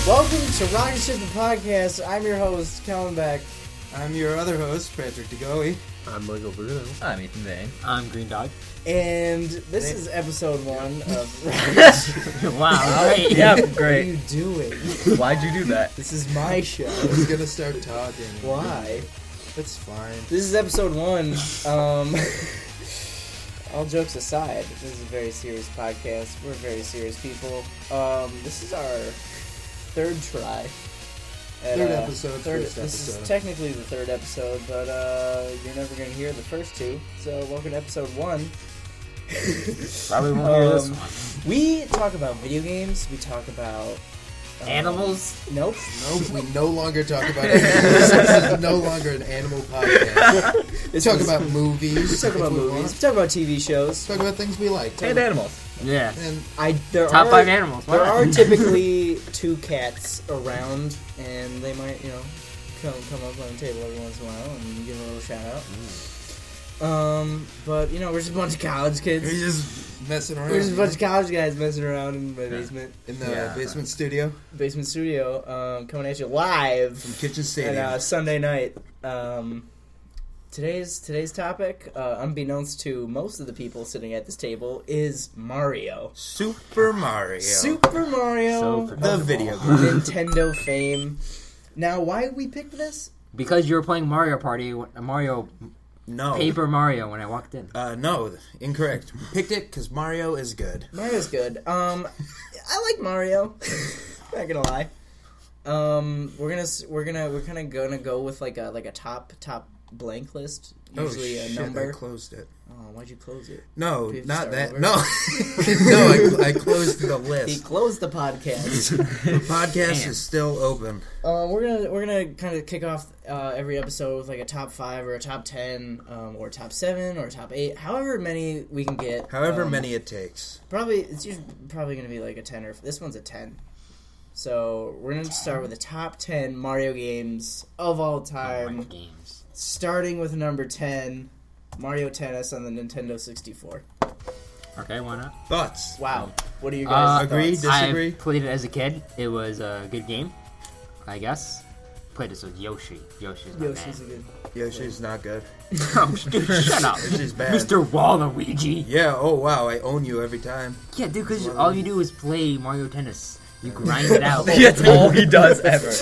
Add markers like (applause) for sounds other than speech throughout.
to Rocket Ship the Podcast. I'm your host, Calvin Beck. I'm your other host, Patrick DeGoey. I'm Michael Bruno. I'm Ethan Vane. I'm (laughs) Green Dog. (laughs) And this is episode one (laughs) of Rocket Ship. (laughs) wow. Great. Yep, What are you great. doing? Why'd you do that? This is my show. I was gonna start talking. Why? It's fine. This is episode (laughs) one. Um, (laughs) all jokes aside, this is a very serious podcast. We're very serious people. Um, this is our third try. at, Third uh, episode, Third, first this episode. is technically the third episode, but uh, you're never gonna hear the first two. So welcome to episode one. Probably won't hear this Um, one. We talk about video games. We talk about um, Animals. Nope. Nope, Oh, we no longer talk about animals. this is no longer an animal podcast. We This talk was- about movies. we talk if about we want. movies. We talk about TV shows. Talk about things we like. Talk And about- animals. Yeah. and I there Top are, five animals. Why There not? (laughs) are typically two cats around, and they might, you know, come come up on the table every once in a while and give a little shout out. Um, but you know, we're just a bunch of college we're kids. just messing around We're just a bunch of college guys messing around in my basement in the Yeah. basement studio basement studio. Um, coming at you from live Kitchen on Stadium. uh, Sunday night. Um, today's today's topic, uh, unbeknownst to most of the people sitting at this table, is Mario. Super Mario. Super Mario. So for- Oh, the video game. Nintendo fame. Now, why we picked this? Because you were playing Mario Party, when- Mario No. Paper Mario when I walked in. Uh, no, incorrect. We picked it because Mario is good. Mario's good. Um, I like Mario. (laughs) Not gonna lie. Um, we're gonna s- we're gonna we're kind of gonna go with like a like a top top blank list. Usually oh, a shit, I number. closed it. oh, why'd you close it? No, Did you start not that. over? (laughs) No, no, I, I closed the He list. closed the podcast. (laughs) The podcast Damn. is still open. uh, we're gonna we're gonna kind of kick off uh, every episode with like a top five or a top ten um, or a top seven or a top eight, however many we can get. However um, many it takes. Probably it's usually probably gonna be like a ten or this one's a ten. So we're gonna start with the top ten Mario games of all Oh time, games. starting with number ten, Mario Tennis on the Nintendo sixty four. Okay, why not? Thoughts? Wow, what are you Uh, guys? agree, thoughts? dis- Disagree? I played it as a kid. It was a good game, I guess. Played this with Yoshi. Yoshi's not Yoshi's a good. Yeah, she's not good. bad. Dude, shut up. She's bad. Mr. Waluigi. Yeah. Oh wow, I own you every time. Yeah, dude, because all you do is play Mario Tennis. You grind it (laughs) (laughs) out. That's all he does ever.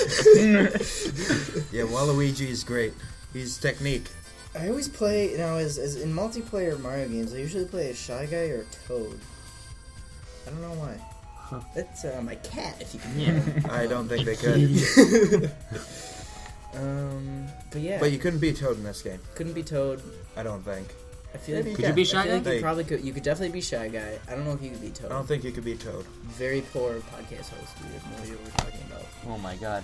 Yeah, Waluigi is great. He's technique. I always play now as, as in multiplayer Mario games. I usually play as Shy Guy or Toad. I don't know why. That's uh, my cat, if you can hear. Yeah. I don't think they (laughs) could. Um, but yeah, But you couldn't be Toad in this game. couldn't be Toad. I don't think. I feel like Maybe Could you be I Shy I feel like Guy? think- you probably could. You could definitely be shy guy. I don't know if you could be I Toad. don't think you could be Toad. Very poor podcast host. We have no idea what we're talking about. Oh my god.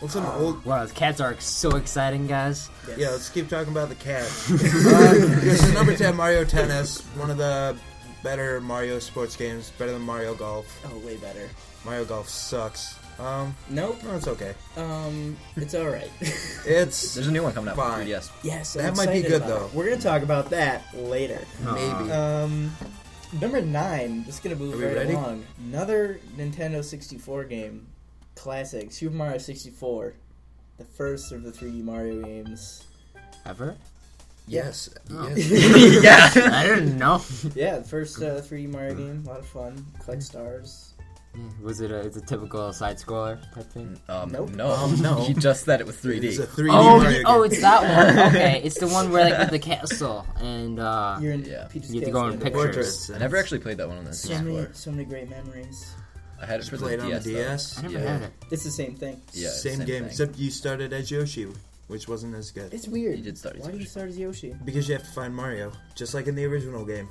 What's an old? (laughs) Wow, those cats are so exciting, guys. Yes. Yeah, let's keep talking about the cat. uh, yes, so number ten, Mario Tennis. One of the better Mario sports games. Better than Mario Golf. Oh, way better. Mario Golf sucks. Um, Nope. no, it's okay. Um, it's all right. (laughs) It's There's a new one coming out for Fine. 3DS. yes, I'm That might be excited good, about it. though. We're gonna talk about that later. maybe. Um, number nine. This is gonna move Are we right ready? along. Another Nintendo 64 game, classic Super Mario 64, the first of the 3D Mario games. Ever? yes. Oh. (laughs) yes. yeah. I didn't know. (laughs) Yeah, the first uh, 3D Mario game. A lot of fun. Collect stars. Was it a, it's a typical side scroller type thing? Um, Nope. No. Um, (laughs) no. He just said it was It's 3D. a 3D Oh, Mario the- oh, game. it's (laughs) that one. Okay, it's the one where like with the castle and uh, You're in yeah. Peter's You have to go Castle on and- pictures. Portraits. I never actually played that one on the So many, 64. so many great memories. I had it It's for the played on the DS. though. DS. I never Yeah. had it. It's the same thing. Yeah, same, same game, thing. except you started as Yoshi, which wasn't as good. It's weird. You did start as Why do you Yoshi. start as Yoshi? Because you have to find Mario, just like in the original game.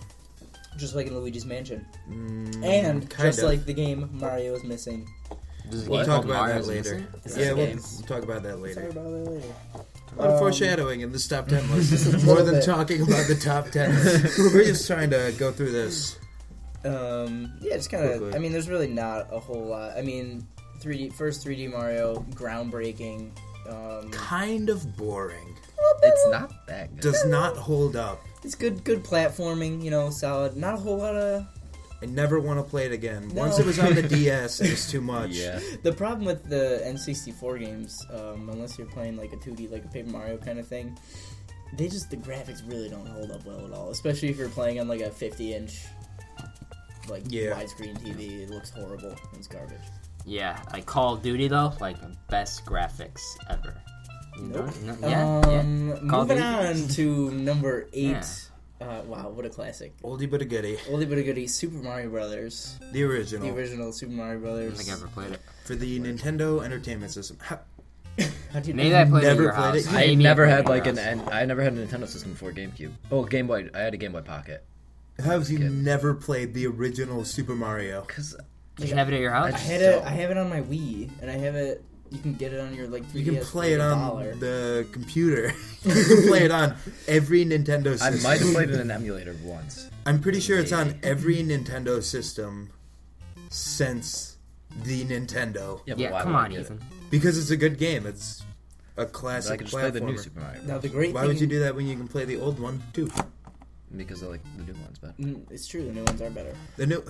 Just like in Luigi's Mansion, Mm, and kind just of. like the game Mario is missing. There's a We'll We'll game called talk about Mario's that later. Missing? Is Yeah, that we'll, game? we'll talk about that Sorry later. about that later. A lot of Um, foreshadowing in this top (laughs) 10 list. This is A more little than bit. talking about the top (laughs) 10. We're just trying to go through this. Um, yeah, just kind of. Quickly. I mean, there's really not a whole lot. I mean, 3D first 3D Mario, groundbreaking. Um, Kind of boring. It's not that good. Does not hold up. it's good, good platforming. You know, solid. Not a whole lot of I never want to play it again. No. Once it was (laughs) on the DS, it was too much. Yeah. The problem with the N64 games, um, unless you're playing like a 2D, like a Paper Mario kind of thing, they just the graphics really don't hold up well at all. Especially if you're playing on like a 50 inch, like Yeah. widescreen TV, it looks horrible. It's garbage. Yeah, like Call of Duty though, like best graphics ever. You know? Nope. No- yeah, yeah. um, Call of moving Duty. on to number eight. (laughs) Yeah. Uh, wow, what a classic! Oldie but a goodie. Oldie but a goodie, Super Mario Brothers, The original. the original Super Mario I don't Brothers. think I ever played it. For the Nintendo Entertainment System. Ha- (laughs) How'd you Maybe I played it at Never your played it. house. I Maybe never played had it at like your an house. N- I never had a Nintendo system before GameCube. Oh, Game Boy. I had a Game Boy Pocket. Have you Good. never played the original Super Mario? Cause Did you have it at your house? I had it. I have it on my Wii, and I have it. You can get it on your like. 3DS You can play for it like a on dollar. the computer. (laughs) you (laughs) can play it on every Nintendo I (laughs) system. might have played in an emulator once. I'm pretty sure it's on every Nintendo system since the Nintendo. Yeah, but yeah, why come would I on, get it? Ethan. because it's a good game. It's a But I classic could just play platformer. the new Super Mario. Now the great Why thing, would you do that when you can play the old one too? because I like the new ones better. Mm, It's true. The new ones are better. The new,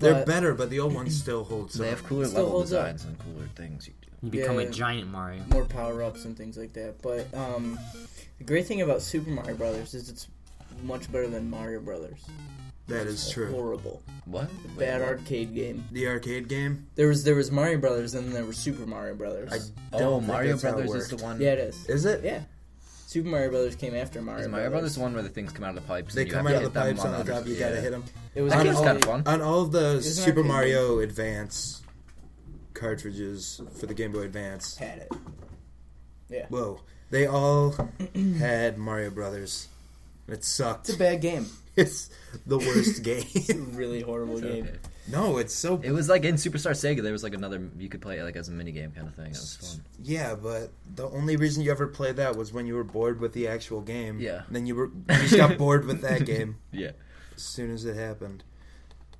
they're But- better, but the old one still holds They up. have cooler Still level holds up. designs and cooler things you can do. You become Yeah. a giant Mario. More power ups and things like that. But um, the great thing about Super Mario Brothers is it's much better than Mario Brothers. that is It's true. Horrible, What? Wait, bad what? arcade game. The arcade game. There was there was Mario Brothers, and then there was Super Mario Brothers. I don't Oh, think Mario that's how it Brothers is the worked. one. yeah, it is. Is it? Yeah, Super Mario Brothers came after Mario. Is Mario Brothers the one where the things come out of the pipes? They and you come have out to of the hit them pipes on the the- top. You yeah. gotta hit them. It was That on game's all kind of the- fun. On all of the Isn't Super arcade Mario Advance cartridges for the Game Boy Advance, Had it. Yeah, whoa, (clears throat) they all had Mario Brothers. It sucked. it's a bad game. (laughs) It's the worst (laughs) game. really horrible Okay. game. no, it's so It was like in Superstar Sega. There was like another you could play it like as a mini game kind of thing. It was fun. Yeah, but the only reason you ever played that was when you were bored with the actual game. Yeah. Then (laughs) you were you just got bored with that game Yeah. as soon as it happened.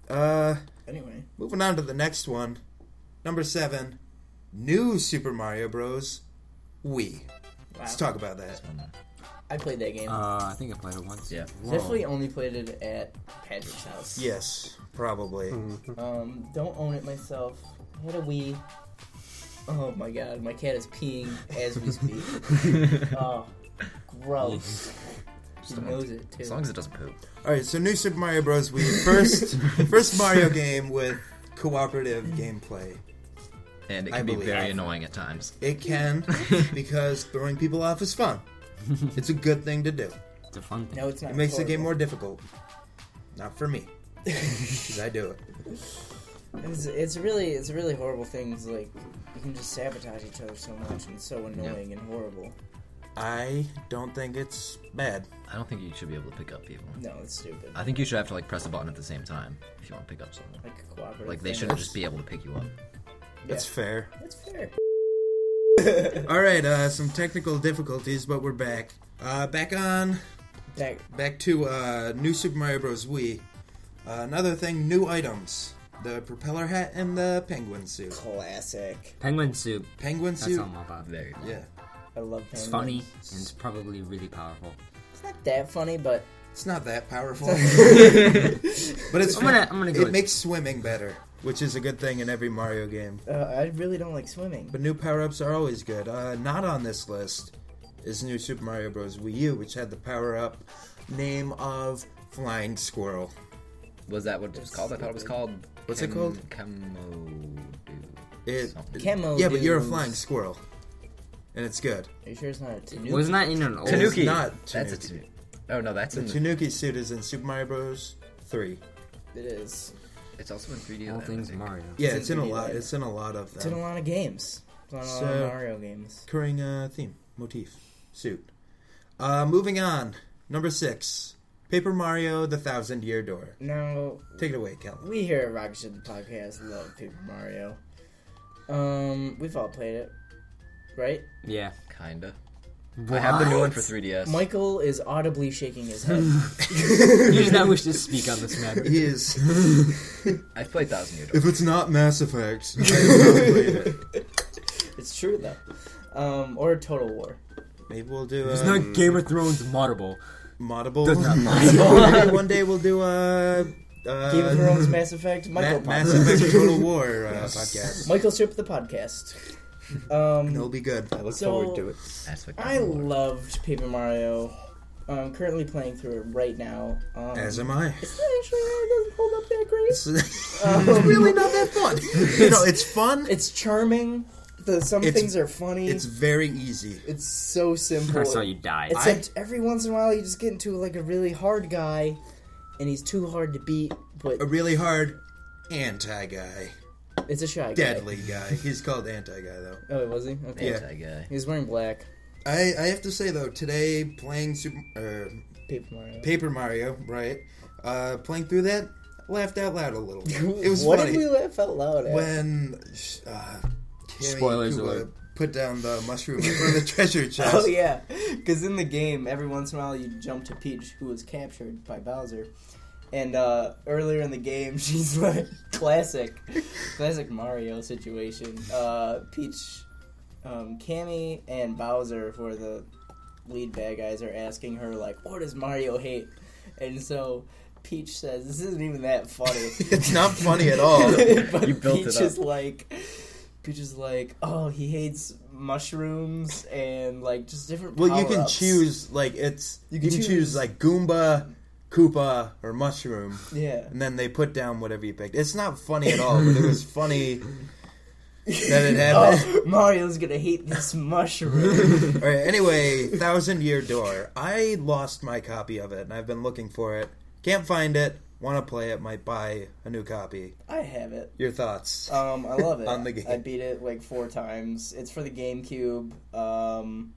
Uh, Anyway, moving on to the next one, number seven, new Super Mario Bros. Wii. wow. Let's talk about that. It's (laughs) fun. (laughs) I played that game. Uh, I think I played it once. Yeah. Whoa. Definitely only played it at Patrick's house. Yes, probably. Um, don't own it myself. I had a Wii. Oh my god, my cat is peeing as (laughs) we speak. oh, gross. She Don't. knows it too. As long as it doesn't poop. All right, so new Super Mario Bros. Wii, (laughs) first first Mario game with cooperative gameplay. And it I can be believe very it. annoying at times. It can because throwing people off is fun. It's a good thing to do. It's a fun thing. no, it's not. It makes the game horrible. more difficult. Not for me. (laughs) 'Cause I do it. It's, it's really, it's really horrible things. Like you can just sabotage each other so much, and it's so annoying and horrible. I don't think it's bad. I don't think you should be able to pick up people. No, it's stupid. I think you should have to like press a button at the same time if you want to pick up someone. Like a cooperative. Like they thing. shouldn't just be able to pick you up. That's Yeah. fair. That's fair. All right, uh, some technical difficulties, but we're back. Uh, back on, That, back to uh, New Super Mario Bros. Wii. Uh, another thing, new items: the propeller hat and the penguin suit. Classic. Penguin Soup. Penguin That's suit. all I'm about. There you go. Yeah, I love penguins. It's funny and it's probably really powerful. It's not that funny, (laughs) but uh, it's not that (laughs) powerful, (laughs) but it's. I'm gonna- I'm gonna go It with- makes swimming better, which is a good thing in every Mario game. uh, I really don't like swimming. But new power ups are always good. Uh, not on this list is New Super Mario Bros. Wii U, which had the power up name of Flying Squirrel. Was that what it was called? I thought it was called. What's it called? Camodu. It, something. Camo. yeah, but you're a dudes. flying squirrel, and it's good. Are you sure it's not a tanuki? Wasn't that in an old? Tanuki. Tanuki. not That's a Tanuki. tanuki. Oh no, that's The Hmm. in. The, Tanuki suit is in Super Mario Bros. Three. It is. it's also in 3D. All Land, I things think. Mario. Yeah, It's it's, in a in lot. 3D. It's in a lot of It's in a them. lot of games. It's in a lot Um, So- of Mario games. Recurring uh, theme, motif, suit. Uh, moving on, number six, Paper Mario: The Thousand Year Door. Now, Take it away, Kellen. we here at Rocket Ship the Podcast love Paper Mario. Um, we've all played it, right? Yeah. Kinda. I have (laughs) the new one for 3DS. Michael is audibly shaking his head. (laughs) You do not wish to speak on this matter. He is. I've played Thousand Year Door. (laughs) If it's not Mass Effect, I have not played it. it's true though. Um, or Total War. Maybe we'll do uh, It's a not Game of Thrones moddable. (laughs) moddable. That's not Maybe one day we'll do a uh, Game of (laughs) Thrones, Mass Effect, Ma- Michael Mass podcast. Effect Total War (laughs) uh, podcast. Michael Ship the podcast. Um, It'll be good. I look So- forward to it. Aspect. I of the lore. loved Paper Mario. I'm currently playing through it right now. Um, As am I. it's not actually it doesn't hold up that great. It's, (laughs) it's really not that (laughs) fun. you know, it's fun. It's charming. The some It's- things are funny. It's, It's very easy. so simple. I saw you die. Except every once in a while you just get into like a really hard guy, and he's too hard to beat. But A really hard anti guy, it's a shy guy. deadly guy. He's called anti guy though. Oh, wait, was he? Okay. Yeah. Anti guy. He was wearing black. I, I have to say though, today playing Super er, Paper Mario. Paper Mario, right? Uh, playing through that, laughed out loud a little. (laughs) (laughs) It was what funny did we laugh out loud at? when uh, Kami Spoilers Kuba alert. put down the mushroom in front of (laughs) the treasure chest. Oh yeah, because in the game, every once in a while you jump to Peach, who was captured by Bowser, and uh, earlier in the game (laughs) she's like classic, classic Mario situation. Uh, Peach, um, Cammy, and Bowser, who are the lead bad guys, are asking her like, "What does Mario hate?" And so Peach says, "This isn't even that funny." It's not funny at (laughs) all. (laughs) but You built it Peach up. is like, Peach is like, oh, he hates mushrooms and like just different. Well, you can power-ups." choose like it's you can, can choose. choose. like Goomba, Koopa, or mushroom, Yeah, and then they put down whatever you picked. It's not funny at all, but it was (laughs) funny that it happened. oh, Mario's gonna hate this (laughs) mushroom. All right. Anyway, Thousand Year Door. I lost my copy of it, and I've been looking for it. Can't find it. Want to play it? Might buy a new copy. I have it. Your thoughts? Um, I love it. (laughs) On the game. I beat it like four times. It's for the GameCube. Um,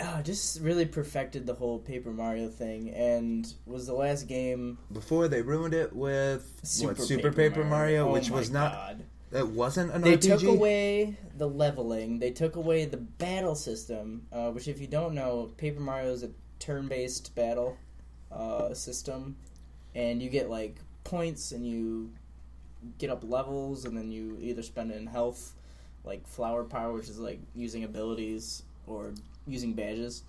ah, just really perfected the whole Paper Mario thing, and was the last game. Before they ruined it with Super what Super Paper, Mario, Oh which my was not God. that wasn't an they RPG. took away the leveling. They took away the battle system, uh, which, if you don't know, Paper Mario is a turn-based battle uh, system, and you get like points, and you get up levels, and then you either spend it in health, like flower power, which is like using abilities or using badges.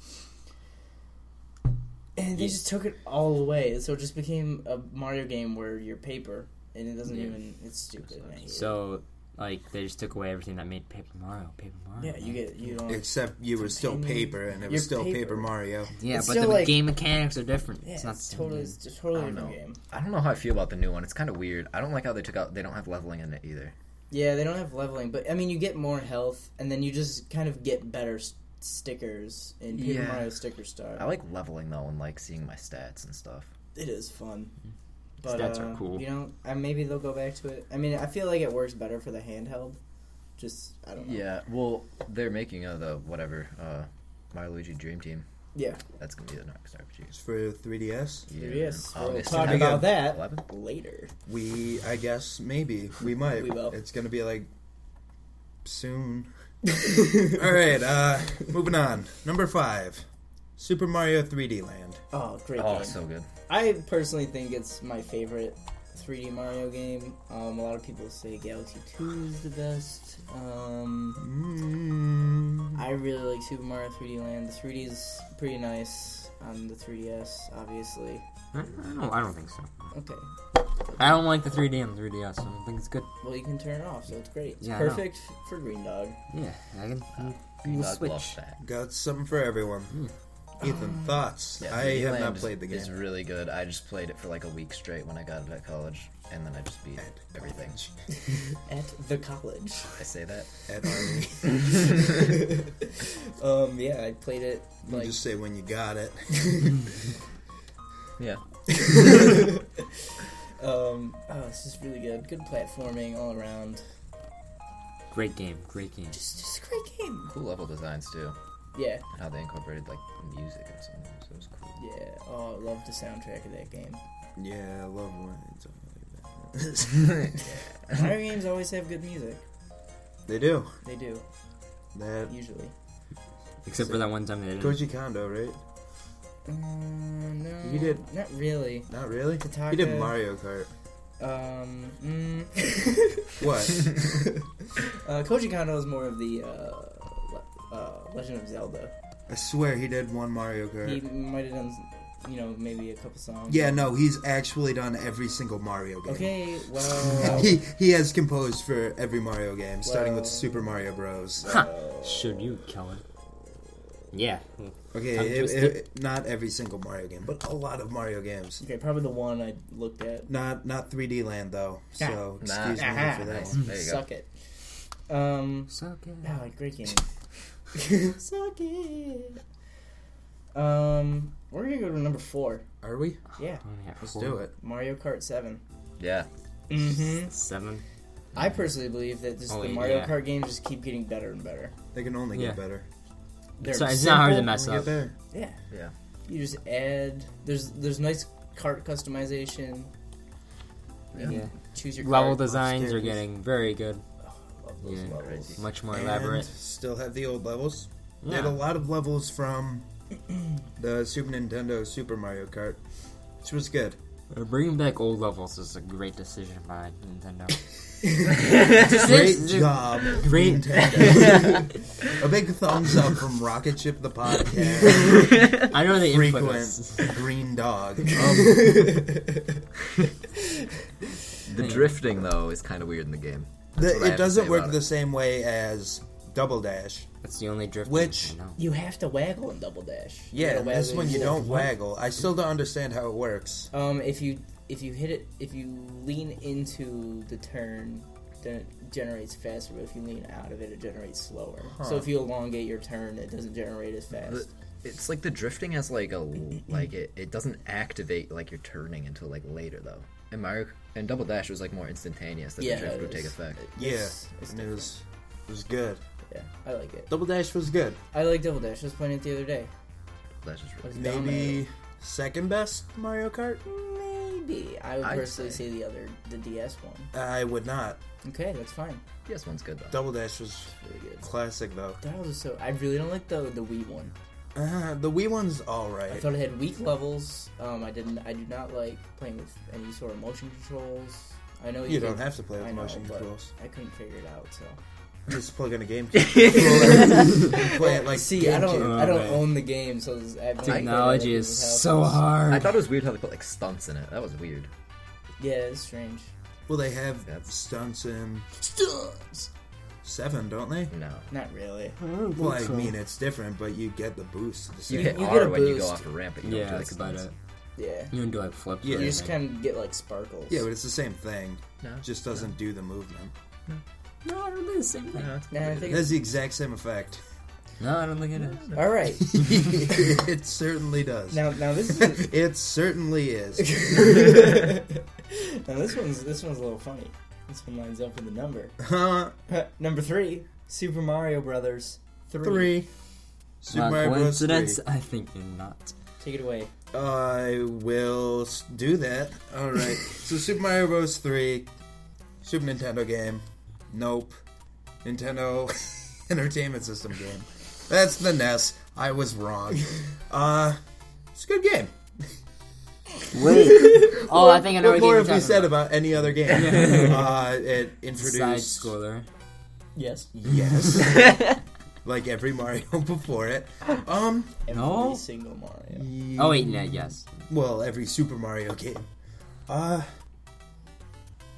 And they just took it all away, so it just became a Mario game where you're paper, and it doesn't Yeah. even. It's stupid. I hate it. So, like, they just took away everything that made Paper Mario. Paper Mario. Yeah, you get you don't. Except you were still Companion. paper, and it You're was still paper. paper, Mario. Yeah, It's but still, the like- game mechanics are different. yeah, it's it's, not the same totally game. it's a totally I don't different know. game. I don't know how I feel about the new one. It's kind of weird. I don't like how they took out. They don't have leveling in it either. Yeah, they don't have leveling, but I mean, you get more health, and then you just kind of get better s- stickers in Paper Yeah. Mario Sticker Star. I like leveling though, and like seeing my stats and stuff. it is fun. But, Stats uh, are cool. You know, I, maybe they'll go back to it. I mean, I feel like it works better for the handheld. Just I don't know. Yeah. Well, they're making uh, the whatever uh, Mario Luigi Dream Team. Yeah. That's gonna be the next RPG. It's for 3DS. Yeah. Oh, Yes, we'll August talk 11th. about that 11th? (laughs) later. We, I guess, maybe we might. We will. It's gonna be like soon. All right. Uh, moving on. Number five, Super Mario 3D Land. (laughs) Oh, great Oh, game. so good. I personally think it's my favorite 3D Mario game. Um, a lot of people say Galaxy 2 is the best. Um, Mm. I really like Super Mario 3D Land. The 3D is pretty nice on the 3DS, obviously. I I don't, I don't think so. Okay, I don't like the 3D on the 3DS. I don't think it's good. well, you can turn it off, so it's great. It's Yeah, I know. perfect for Green Dog. Yeah, I can. You we'll gotta switch. love that. Got something for everyone. Ethan, thoughts? Yeah, I Leland have not played the game. It's really good. I just played it for like a week straight when I got it at college, and then I just beat everything. At the (laughs) college. I say that. At Army. (laughs) um, yeah, I played it You like. just say when you got it. Yeah. (laughs) um, oh, this is really good. Good platforming all around. Great game. Great game. Just, just a great game. Cool level designs too, Yeah, and how they incorporated like music and something. So it was cool. yeah. Oh, I love the soundtrack of that game. yeah, I love when it's like that. Mario games always have good music. They do. They do, That (laughs) usually. Except for that one time they didn't. Koji Kondo, right? Um, Uh, no. You did- Not really. Not really. Tataka. He did Mario Kart. Um, mm, (laughs) What? uh, Koji Kondo is more of the, uh, Le- uh, Legend of Zelda. I swear he did one Mario Kart. He might have done you know, maybe a couple songs. Yeah, no, he's actually done every single Mario game. Okay, well, (laughs) He he has composed for every Mario game, starting with Well- Super Mario Bros. Should you, Kellen? Yeah. Okay, I'm it, twisted. it, not every single Mario game, but a lot of Mario games. okay, probably the one I looked at. Not not 3D Land though, so Nah. excuse me for that Nice. one. There you go. Mm. Suck it. Um, Suck it. wow, great game. (laughs) Suck it. Um, we're gonna go to number four. Are we? Yeah, Let's do it. Mario Kart Seven. (laughs) Yeah. (laughs) Mm-hmm. Seven. I personally believe that just Oh, the Mario yeah. Kart games just keep getting better and better. They can only Yeah. get better. They're So it's not hard to simple. mess Only up. get better. Yeah, Yeah. you just add. There's there's nice cart customization. Yeah. Yeah. Choose your Level cart. designs are upstairs. getting very good, Oh, Love those Yeah. levels. much more And elaborate. Still have the old levels. They had a Yeah. lot of levels from the Super Nintendo Super Mario Kart, which was good. Or Bringing back old levels is a great decision by Nintendo. Great Just- job, (laughs) Great. (laughs) Nintendo. a big thumbs up from Rocket Ship the (laughs) podcast. I know they input us. Frequent green (laughs) dog. (laughs) Um, The drifting though is kind of weird in the game. That's the- what I have it to doesn't say work about the it. same way as Double Dash. That's the only drift. Which- I know. You have to waggle in Double Dash. You Yeah, gotta that's waggle when you your- don't waggle. I still don't understand how it works. Um, if you if you hit it, if you lean into the turn, then it generates faster. But if you lean out of it, it generates slower. So if you elongate your turn, it doesn't generate as fast. The- It's like the drifting has like a like it, it doesn't activate like you're turning until like later though. And Mario and Double Dash was like more instantaneous that yeah, the drift it would take is. effect. It- Yeah, it's- it's and it different. was, it was good. Yeah, I like it. Double Dash was good. I like Double Dash. I was playing it the other day. That's just I was really Maybe second best Mario Kart? dominating. maybe I would I'd personally say. say. the other the DS one. I would not. Okay, that's fine. yes one's good though. Double Dash was Really good. classic though. That was so. I really don't like the the Wii one. Uh, the Wii one's I alright. thought it had weak levels. Um, I didn't. I do not like playing with any sort of motion controls. I know you, You don't can- have to play I with know, motion but controls. (laughs) I couldn't figure it out. So Just plug in a (laughs) GameCube. play it like see, I don't. GameCube. I don't Alright. own the game, so this- I have no idea Technology what is it so happens. hard. I thought it was weird how they put like stunts in it. That was weird. Yeah, it's strange. Well, they have That's- stunts in seven, don't they? No. Not really. Well, I mean it's different, but you get the boost. at The You same hit you R get a when you go boost. off a ramp, but you yeah, don't do like that's about stunts. it. Yeah, You don't do like flips. Yeah. or you just anything. kind of get like sparkles. Yeah, but it's the same thing. No. Just doesn't do the movement. No, I don't think it's the same thing. No, it's- Nah, I think It has the exact same effect. (laughs) No, I don't think it is. All right. it certainly does. Now, now this is (laughs) (laughs) It certainly is. now this one's this one's a little funny. This one lines up with the number. Huh? number three, Super Mario Brothers three. Three. Not Super Mario Bros. coincidence. 3. I think you're not. Take it away. I will s- do that. All right. so Super Mario Bros. 3, Super Nintendo game. Nope. Nintendo (laughs) Entertainment System game. That's the NES. I was wrong. Uh, it's a good game. Wait. oh, I think I know What what more you're have we talking said about. about any other (laughs) game? uh, it Side introduced scroller. Yes. (laughs) Yes. like every Mario (laughs) before it. Um. No? Every single Mario. Oh wait, no, yes. Well, every Super Mario game. Uh.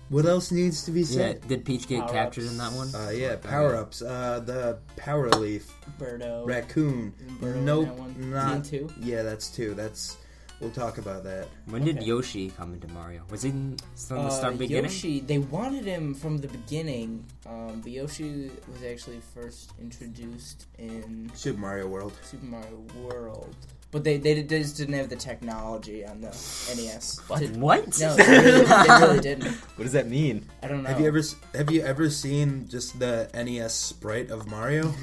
What else needs to be Yeah, said? did Peach get Power-ups. captured in that one? Uh, yeah, Oh. power ups. Uh, the power leaf, Birdo. raccoon. Birdo in nope, that one. Is not that two? Yeah, that's two. That's. We'll talk about that. When did Okay. Yoshi come into Mario? Was he in- from the Uh, start beginning? Yoshi, they wanted him from the beginning, um, but Yoshi was actually first introduced in Super Mario World. Super Mario World. But they, they, did- they just didn't have the technology on the NES. What? to- What? no, they really, they (laughs) really didn't. What does that mean? I don't know. Have you ever s- have you ever seen just the NES sprite of (laughs) Mario?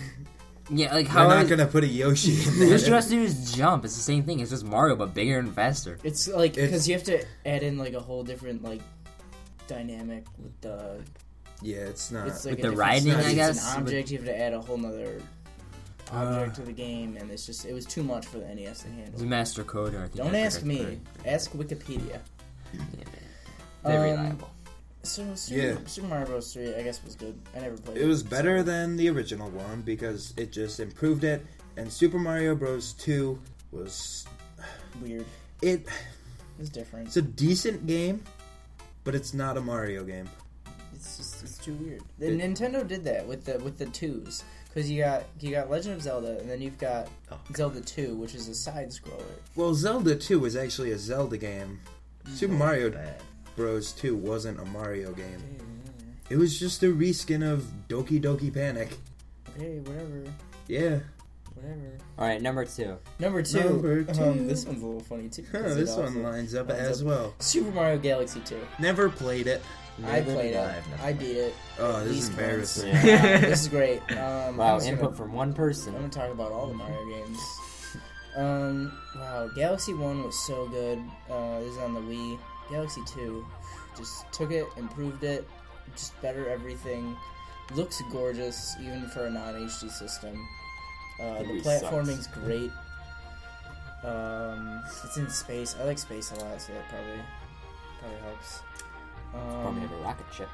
yeah, like They're how? not (laughs) Yoshi gonna put a Yoshi in there. all has to do is jump. It's the same thing. It's just Mario, but bigger and faster. It's like It's- because you have to add in like a whole different like dynamic with the (laughs) yeah, it's not. it's like With a the different riding, size. I It's guess, an with- object. You have to add a whole nother object Uh, to the game, and it's just it was too much for the NES to handle. the Master Coder. I think Don't that's ask what me. I- Ask Wikipedia. They're Um, reliable. So Super, Yeah. Super Mario Bros. Three, I guess, was good. I never played it. It was better than the original one because it just improved it, and Super Mario Bros. 2 was Weird. it It's different. it's a decent game, but it's not a Mario game. It's just it's too weird. The Nintendo did that with the with the twos because you got you got Legend of Zelda and then you've got Oh. Zelda Two, which is a side scroller. Well, Zelda 2 was actually a Zelda game. Mm, Super Mario Bad. Bros 2 wasn't a Mario game. It was just a reskin of Doki Doki Panic. Okay, whatever, Yeah. whatever. All right, number two. Number two. Number (laughs) two. Um, this one's a little funny too. Huh, 'cause it this also- one lines up lines as up. well. Super Mario Galaxy Two. Never played it. I Never played it. live, never I mind. beat it. Oh, this These is embarrassing. ones. Yeah, (laughs) this is great. Um, Wow, I'm just input gonna- from one I'm gonna person. talk about all the Mario games. Um, wow, Galaxy One was so good. Uh, this is on the Wii. Galaxy Two just took it, improved it, just better everything. Looks gorgeous, even for a non-HD system. Uh, the, The Wii sucks. platforming's great. Um, it's in space. I like space a lot, so that probably probably helps. Probably Um, have a rocket ship.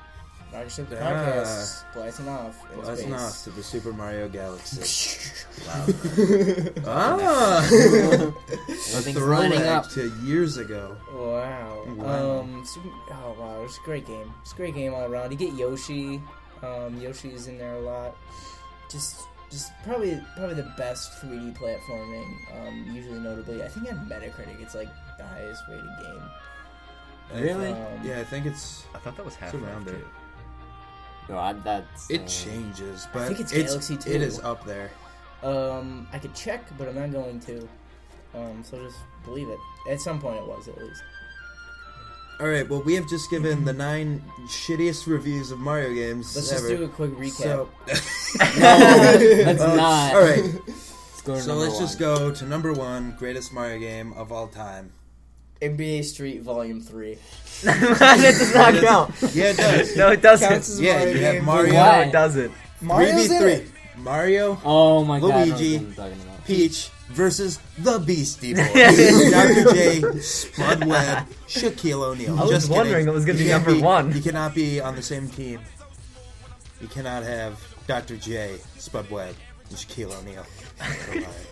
Rocket Ship Yeah. Podcast, blasting off. in (laughs) That's space. not (laughs) to the Super Mario Galaxy. Wow. (laughs) ah! Everything's lining up. Throwback to years ago. Wow. Wow. Um. Super, oh wow, it's a great game. It's a great game all around. You get Yoshi. Um, Yoshi is in there a lot. Just, just probably, probably the best 3D platforming. Um, usually, notably, I think on Metacritic, it's like the highest rated game. Really? Um, Yeah, I think it's. I thought that was half around round there. too. No, I, that's. It uh, changes, but Um, think it's Galaxy two. It is up there. Um, I could check, but I'm not going to. Um, so just believe it. At some point, it was at least. All right. Well, we have just given the nine shittiest reviews of Mario games Let's ever. just do a quick recap. So, Let's not. Oh, all (laughs) right. (laughs) Let's go to So let's just go to number one, greatest Mario game of (laughs) all time. NBA Street Volume Three. that does not (laughs) count. Yeah, it (laughs) does. No, it doesn't. Counts as yeah, Mario you have game. Mario. What? no, it doesn't. Mario's in 3v3. it. Mario, Oh my god. I know Luigi. what I'm talking about. Peach versus the (laughs) Beastie Boys. Dr. J, Spud Webb, Shaquille O'Neal. I was Just kidding. wondering that was gonna You be can't number one. You cannot be on the same team. You cannot have Dr. J, Spud Webb, and Shaquille O'Neal.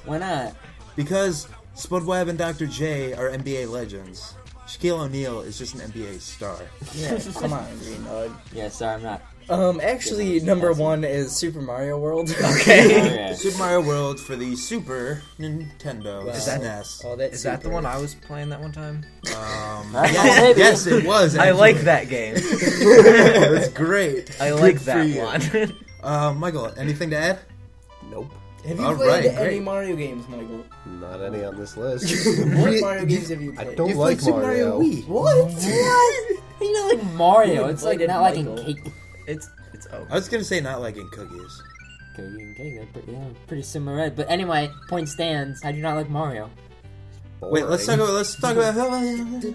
Why not? Because Spud Webb and Dr. J are NBA legends. Shaquille O'Neal is just an NBA star. Yeah, come (laughs) on, Green Dog. Yeah, sorry, I'm not. Um, actually, number one is Super Mario World. Okay. Okay. (laughs) Super Mario World for the Super Nintendo Wow. SNES. Oh, that's Is that the one I was playing that one time? Um, That's yes, not it. yes, it was. I actually. (laughs) like that game. That's great. I like Good for that you. one. (laughs) Uh, Michael, anything to add? Nope. Have you All played right, any great. Mario games, Michael? Not any on this (laughs) list. What Mario games have you I played? don't You've like played Super Mario Mario. Wii. What? what? You know, like Mario. You It's like invited not liking Michael. cake. It's it's oh. I was gonna say not liking cookies. Okay, you can cake. They're pretty, yeah, pretty similar. But anyway, point stands. How do you not like Mario? Wait, let's talk Boring. about let's talk about. (laughs) Well,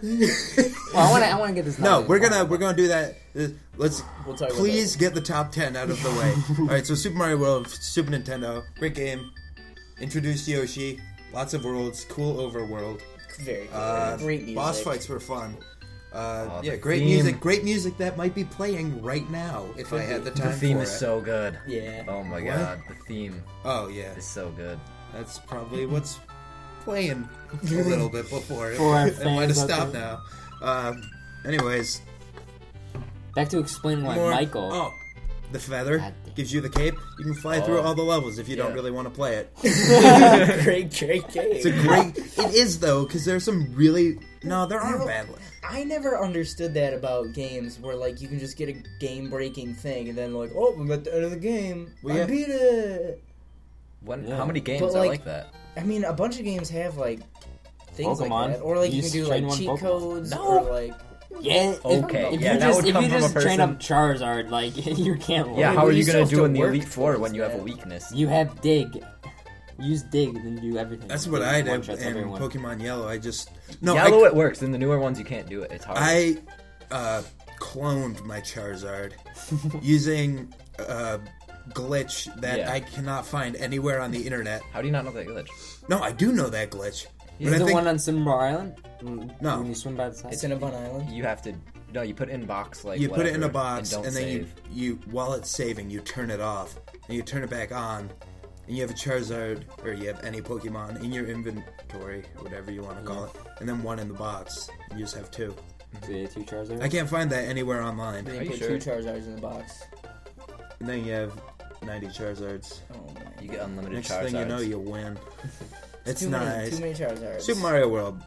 I want to. I want to get this. no, knowledge we're gonna about we're gonna do that. Uh, Let's We'll talk about please get the top ten out of (laughs) the way. All right, so Super Mario World, Super Nintendo, great game. Introduced Yoshi, lots of worlds, cool overworld. Very cool. Uh, Great music. Boss fights were fun. Uh, Aw, yeah, the great theme. music. Great music that might be playing right now if I had the time. The theme for is it. so good. Yeah. (laughs) Oh my What? god, the theme Oh yeah, is so good. that's probably what's playing a little bit before. For (laughs) our it might have fans out stopped there. now. Um, anyways, it. Back to explaining why more- Michael. Oh, the feather God damn. gives you the cape. You can fly through Oh. all the levels if you don't Yeah. really want to play it. great, (laughs) great game. It's a great. it is though, because there's some really. No, there are No. bad. ones. I never understood that about games where, like, you can just get a game breaking thing and then, like, oh, I'm at the end of the game. Well, I yeah. beat it. When, Yeah. How many games But, are like- like that? I mean, a bunch of games have, like, things Pokemon. like that. Or, like, You you, can just do, train like, one cheat Pokemon. codes. No. Or, like, Yeah. if- Okay, If, yeah, you that just would if come you from a just train up person- Charizard, like (laughs) you can't. win. Yeah, Yeah, how but are you you still gonna have to do in the work Elite Four when towards you have a that. weakness? You have dig. Use dig, then do everything. That's what You I one did shots in everyone. (laughs) Pokemon Yellow. I just no. I- Yellow, it works. In the newer ones, you can't do it. It's hard. I uh, cloned my Charizard using a glitch that Yeah. I cannot find anywhere on the internet. How do you not know that glitch? No, I do know that glitch. But Is I the think one on Simbar Island? Mm, No. When you swim by the side. Cinnabon Island. You have to. No, you put it in box like you put it in a whatever, box don't and, then save. you, you while it's saving, you turn it off and you turn it back on. And and you have a Charizard or you have any Pokemon in your inventory, or whatever you want to call it, and then one in the box, you just have two. So yeah, two Charizards. I can't find that anywhere online. They Are you put sure? two Charizards in the box. And then you have 90 Charizards. Oh my. You get unlimited Next Charizards. thing you (laughs) know, (laughs) you (laughs) win. It's too Many, nice. too many Charizards. Super Mario World.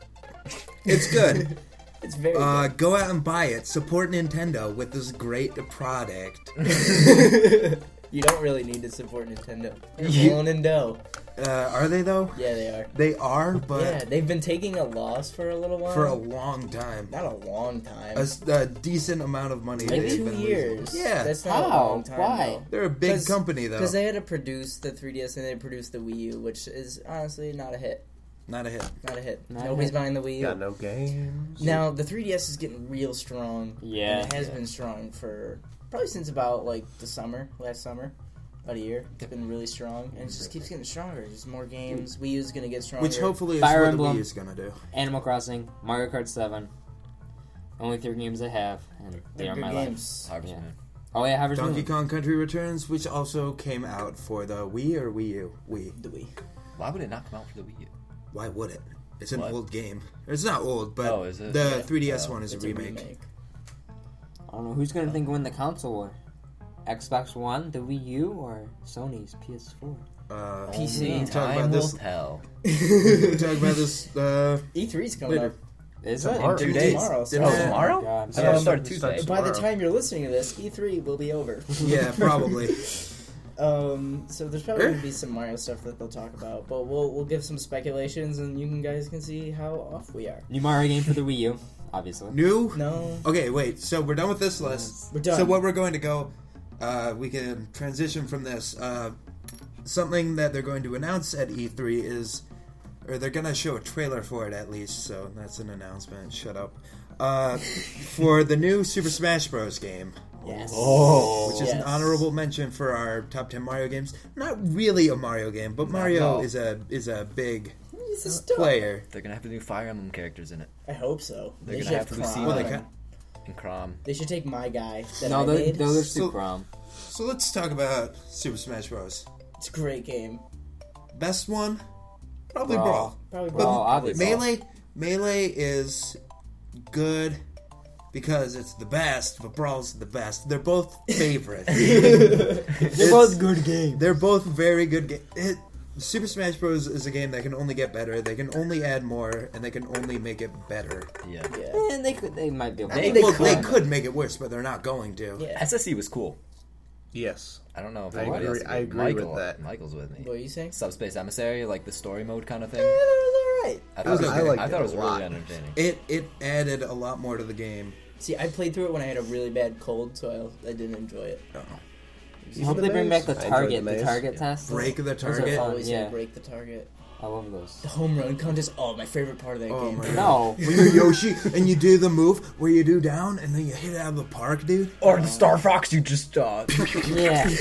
(laughs) It's good. It's very uh, go out and buy it. Support Nintendo with this great product. good. (laughs) you don't really need to support Nintendo. They're You- blown and dough. Uh, are they though? Yeah, they are. They are, but yeah, they've been taking a loss for a little while. for a long time, not a long time. a, s- a decent amount of money. like they've two been years. Losing. Yeah, that's not a How? long time. Why? though. they're a big 'Cause- company though. Because they had to produce the 3DS and they produced the Wii U, which is honestly not a hit. Not a hit. Not a hit. Not a Nobody's hit. buying the Wii U. Got no games. Now the 3DS is getting real strong. Yeah. and it has been strong for probably since about like the summer, last summer, about a year. It's been really strong, and it just keeps getting stronger. Just more games. Wii U's gonna get stronger. Which hopefully is Fire what Emblem. the Wii is gonna do. Animal Crossing, Mario Kart 7. Only three games I have, and they They're are good my life. games. Harvest Yeah. Moon. Oh yeah, Harvest Donkey Moon. Kong Country Returns, which also came out for the Wii or Wii U. Wii. The Wii. Why would it not come out for the Wii U? Why would it? It's an What? old game. It's not old, but Oh, is it? the Yeah. 3DS Oh, one is a It's remake. I don't know who's gonna think win the console war. Xbox One, the Wii U, or Sony's PS4. Uh, PC. we Only can talk time about will this. tell. (laughs) (laughs) we can remake. talk (laughs) about this. Uh, E3's E coming Later. up. Is it? Tomorrow. In two Dude, days. Tomorrow, so- didn't Oh, it- tomorrow? God. I thought Um, it started Tuesday. starts- By the Tomorrow. time you're listening to this, E3 will be over. (laughs) Yeah, probably. Um, so there's probably Sure. gonna be some Mario stuff that they'll talk about, but we'll we'll give some speculations, and you can guys can see how off we are. New Mario game for the Wii U, obviously. New. No, Okay, wait. So we're done with this list. we're done. So what we're going to go, uh, we can transition from this. Uh, something that they're going to announce at E3 is, or they're going to show a trailer for it at least. So that's an announcement. Shut up. Uh, for the new Super Smash Bros. game. Yes. Oh. Which is an Yes. honorable mention for our top ten Mario games. Not really a Mario game, but Mario no. is a is a big He's a star. player. They're gonna have to do Fire Emblem characters in it. I hope so. They're they gonna should have to Kron. see Well, they they, can- And Crom. should take my guy. That No, I they're, made. those are So- super. Um, So let's talk about Super Smash Bros. It's a great game. Best one, probably Brawl. Brawl. Probably Well, obviously. Melee, Melee is good because it's the best, but Brawl's the best. They're both favorites. They're both good games. They're both very good games. Super Smash Bros. is a game that can only get better. They can only add more, and they can only make it better. Yeah. yeah. And Eh, they could, they might be able. They- to. they well, could. they could make it worse, but they're not going to. Yeah. SSE E was cool. Yes. I don't know if I anybody agree- else I agree with Michael, that. Michael's with me. What are you saying? Subspace Emissary, like the story mode kind of thing. Yeah, they're- they're right. I was thought it was, okay. I liked I thought it it a was lot. really entertaining. It it added a lot more to the game. See, I played through it when I had a really bad cold, so I, I didn't enjoy it. I hope they bring back the I enjoyed target, the the maze. target test. Break the are target. fun. Always yeah. yeah. break the target. I love those. (laughs) The home run contest. Oh, my favorite part of that Oh game. my god. No, When you're Yoshi and you do the move where you do down and then you hit it out of the park, dude. Or the Star Fox you just uh yeah, (laughs) (laughs) That's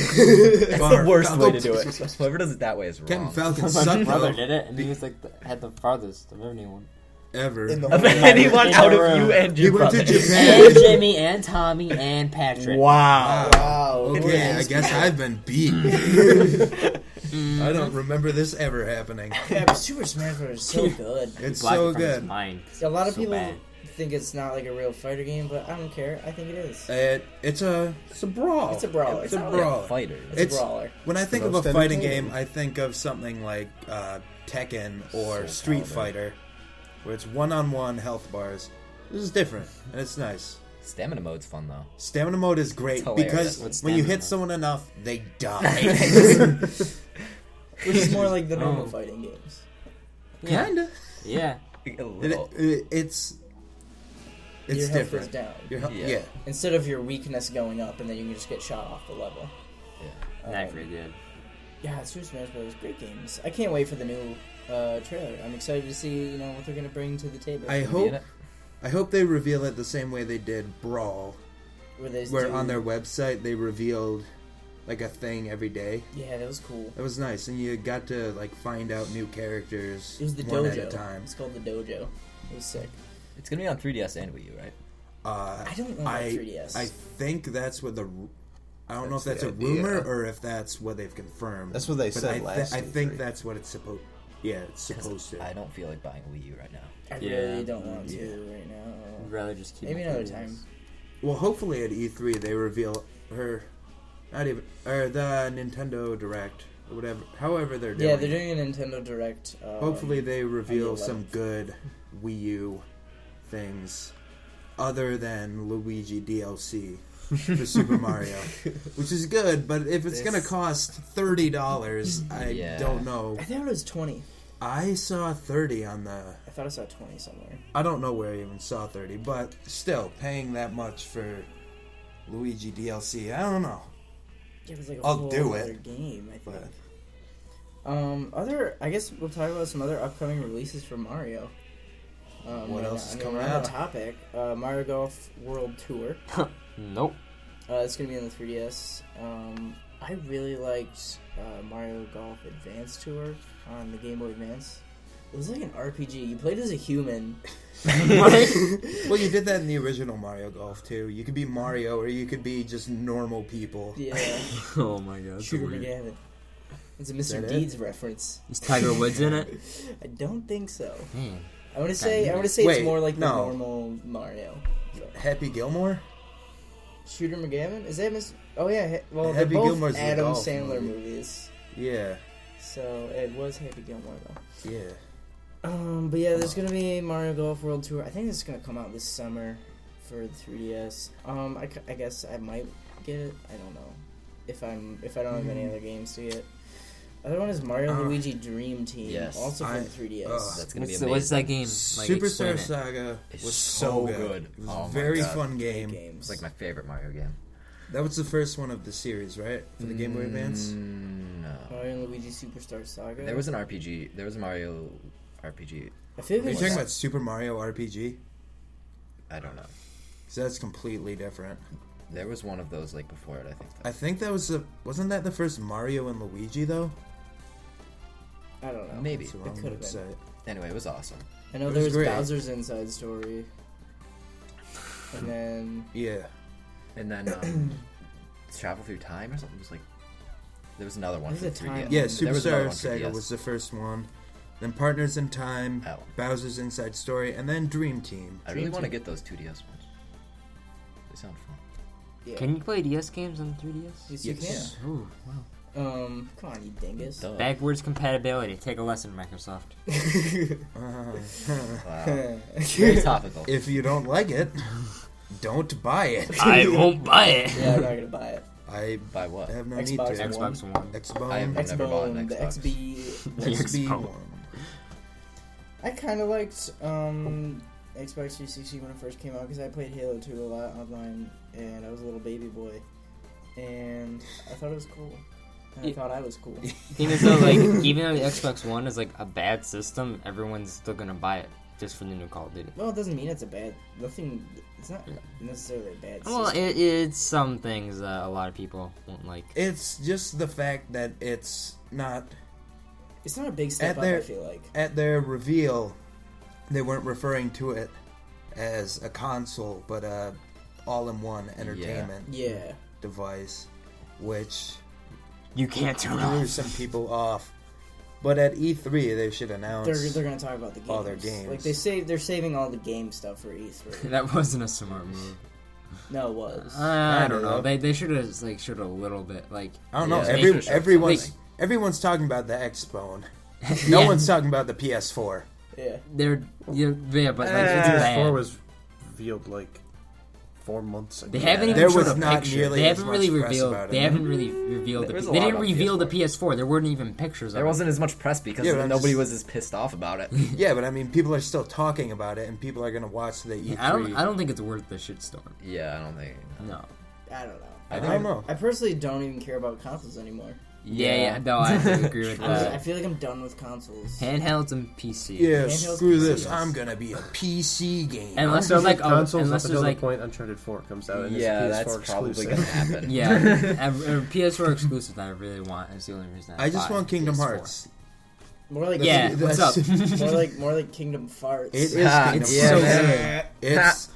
Barf. the worst way to Falcon- do it. (laughs) Whoever does it that way is (laughs) Captain wrong. Falcon my sucked brother though. did it, and he was like the, had the farthest of anyone. Ever. In the Of home run. anyone In out the of room. you and (laughs) he your went to brother. (laughs) and Japan. Jimmy and Tommy and Patrick. Wow. Wow. (laughs) Okay, I guess I've been beat. I don't remember this ever happening. Yeah, (laughs) but Super Smash Bros. is so good. It's Blocked so it from his good. mind. A lot of So people bad. think it's not like a real fighter game, but I don't care. I think it is. It, it's a it's a brawl. It's a brawler. It's a It's brawl. Fighter. It's, It's- a brawler. When I think of a most fighting entertaining. game, I think of something like uh, Tekken or Soul Street Calibur. Fighter, where it's one-on-one health bars. This is different, and it's nice. Stamina mode's fun though. Stamina mode is great It's hilarious. because What's when you stamina hit mode? someone enough, they die. Which is more (laughs) like the normal Oh. fighting games. Yeah. Kinda. (laughs) yeah. A It, little. it- it's it's Your health different. is down. Your health, yeah. Yeah. Instead of your weakness going up and then you can just get shot off the level. Yeah. Not very good. Yeah, Super Smash Bros. Great games. I can't wait for the new uh, trailer. I'm excited to see you know what they're gonna bring to the table. I Be in hope it. I hope they reveal it the same way they did Brawl, where they where do- on their website they revealed like a thing every day. yeah, that was cool. That was nice, and you got to like find out new characters It was the one dojo. at a time. It's called the dojo. It was sick. It's gonna be on 3DS and Wii U, right? Uh, I don't know about I- 3DS. I think that's what the. I don't know if That's that's the a rumor idea. or if that's what they've confirmed. That's what they But said I thi- last E I think E3. that's what it's supposed. Yeah, it's supposed to. I don't feel like buying a Wii U right now. I Yeah. really don't want to Yeah. right now. I'd rather just keep. Maybe my another 3DS. time. Well, hopefully at E3 they reveal her, not even or the Nintendo Direct or whatever. However they're doing. Yeah, they're doing a Nintendo Direct. Um, Hopefully they reveal 11th. some good Wii U things other than Luigi DLC (laughs) for Super Mario, which is good. But if it's gonna This- cost thirty dollars, I Yeah. don't know. I thought it was 20. I saw thirty on the. I thought I saw 20 somewhere. I don't know where I even saw thirty, but still paying that much for Luigi DLC. I don't know. Yeah, it was like a I'll whole do other it. game, I think. But- Um, other, I guess we'll talk about some other upcoming releases for Mario. Um, What and, else is I mean, coming we're on the out? topic, uh, Mario Golf World Tour. Nope. Uh, it's gonna be on the 3DS. Um, I really liked uh, Mario Golf Advance Tour on the Game Boy Advance. It was like an RPG. You played as a (laughs) human. (laughs) Well, you did that in the original Mario Golf too. You could be Mario, or you could be just normal people. Yeah, (laughs) Oh my god. that's Shooter weird. McGavin. It's a that Mr. it? Deeds reference. Is Tiger Woods in it? I don't think so. (laughs) Man. I want to say I want to say it's Wait, more like the no. normal Mario. Happy Gilmore. Shooter McGavin is that Miss? Oh yeah. he- Well, they're Happy both Gilmore's the Adam golf Sandler movie. movies, Yeah, so it was Happy Gilmore though. yeah. Um, but yeah, there's gonna be a Mario Golf World Tour. I think it's gonna come out this summer for the 3DS. Um, I, c- I guess I might get it. I don't know if I'm if I don't have any other games to get. Other one is Mario Hmm. Uh, Luigi Dream Team, yes. also for I- the 3DS. ugh. That's gonna What's, be the, what's amazing. that game? Like, Superstar explain it. Saga It's was so so good. good. It was Oh a my very God. fun game. games. It's like my favorite Mario game. That was the first one of the series, right? For the Game Boy Advance. Mm, No. Mario and Luigi Superstar Saga. There was an RPG. There was a Mario RPG. I feel like Are you it's- talking about Super Mario RPG? I don't know. Because that's completely different. There was one of those like before it. I think. I think that was the wasn't that the first Mario and Luigi though? I don't know. Maybe. That's the It wrong could've been. website. Anyway, it was awesome. I know It there was was great. Bowser's Inside Story. (laughs) And then Mm, Yeah. And then (clears throat) um, travel through time or something. It was like there was another one There's for a time- 3DS. Yeah, there was another Superstar one for Saga DS. was the first one. Then Partners in Time, Oh. Bowser's Inside Story, and then Dream Team. I really want to get those 2DS ones. They sound fun. yeah. Can you play DS games on 3DS? Yes, you Yes. Ooh, wow. can. Um, come on, you dingus. (laughs) Duh. Backwards compatibility. Take a lesson, Microsoft. Wow. (laughs) Very yeah, topical. Uh, (laughs) if you don't like it, (laughs) don't (laughs) buy it. I won't buy it. I'm (laughs) not gonna buy it. I By what? have no Xbox need to. One. Xbox One. I have (laughs) Xbox I've never bought Xbone, an the Xbox. XB. XB Xbox. One. I kind of liked um Xbox 360 when it first came out because I played Halo 2 a lot online, and I was a little baby boy, and I thought it was cool. And I Yeah. thought I was cool. The thing is though, like even though the Xbox One is like a bad system, everyone's still gonna buy it just for the new Call of Duty. Well, it doesn't mean it's a bad. Nothing. It's not necessarily a bad. Well, system. it, it's some things that a lot of people won't like. It's just the fact that it's not it's not a big step at up. I their- feel like. at their reveal. They weren't referring to it as a console, but a all-in-one entertainment Yeah. device, which You can't turn threw off. some people off. But at E3, they should announce. They're, they're gonna talk about the games. All their games. Like they say, they're saving all the game stuff for (laughs) E3. That wasn't a smart move. no, it was. I don't know. know. They they should have like showed a little bit like. I don't know. Yeah. every, Make- everyone's Like- everyone's talking about the (laughs) Xbone. No Yeah. one's talking about the PS4. yeah. They're yeah, yeah but Uh, like it's PS4 bad. was revealed like four months ago. They haven't even There showed was a not picture. nearly they as haven't really much press revealed. about it. They haven't really revealed. The, There was pi- a they lot didn't on reveal the PS4. PS4. There weren't even pictures. There of wasn't as much press because Yeah, but I'm nobody just- was as pissed off about (laughs) it. Yeah, but I mean, people are still talking about it, and people are going to watch the E E3. It. I don't. I don't think it's worth the shitstorm. yeah, I don't think. No. I don't know. I don't know. I personally don't even care about consoles anymore. Yeah, yeah. Yeah. No, (laughs) I agree with I was- I that. feel like I'm done with consoles. Handhelds and PC. Yeah, Handheld screw PCs. this. I'm going to be a PC game. Unless there's like, a, consoles unless up there's until like, the point Uncharted 4 comes out. And Yeah, it's PS4 that's probably exclusive. gonna (laughs) happen. (laughs) yeah, er, a, a PS4 exclusive that I really want. That's the only reason. I, I just buy want Kingdom PS4. Hearts. More like Yeah, That's- what's up? (laughs) that's- more like more like Kingdom Farts. It is Ah, Kingdom yeah, Hearts. man. It's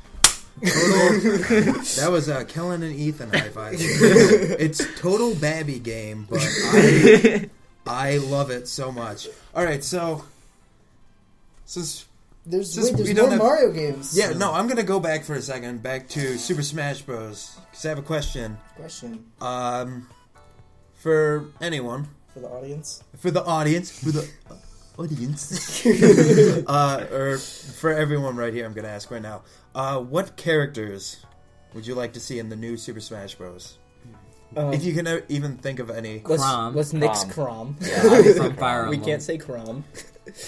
Total. that was uh, Kellen and Ethan high (laughs) five. it's total babby game, but I, I love it so much. All right, so since There's, Just- wait, there's we more don't have- Mario games. yeah, no, I'm gonna go back for a second, back to Super Smash Bros. Because I have a question. Question Um, for anyone, for the audience. for the audience, for the audience, uh, or for everyone right here, I'm going to ask right now. Uh, what characters would you like to see in the new Super Smash Bros? Um, If you can e- even think of any. let's, Crom. let's nix Crom. Crom. (laughs) I'm from (laughs) Fire we Emblem. can't say Crom.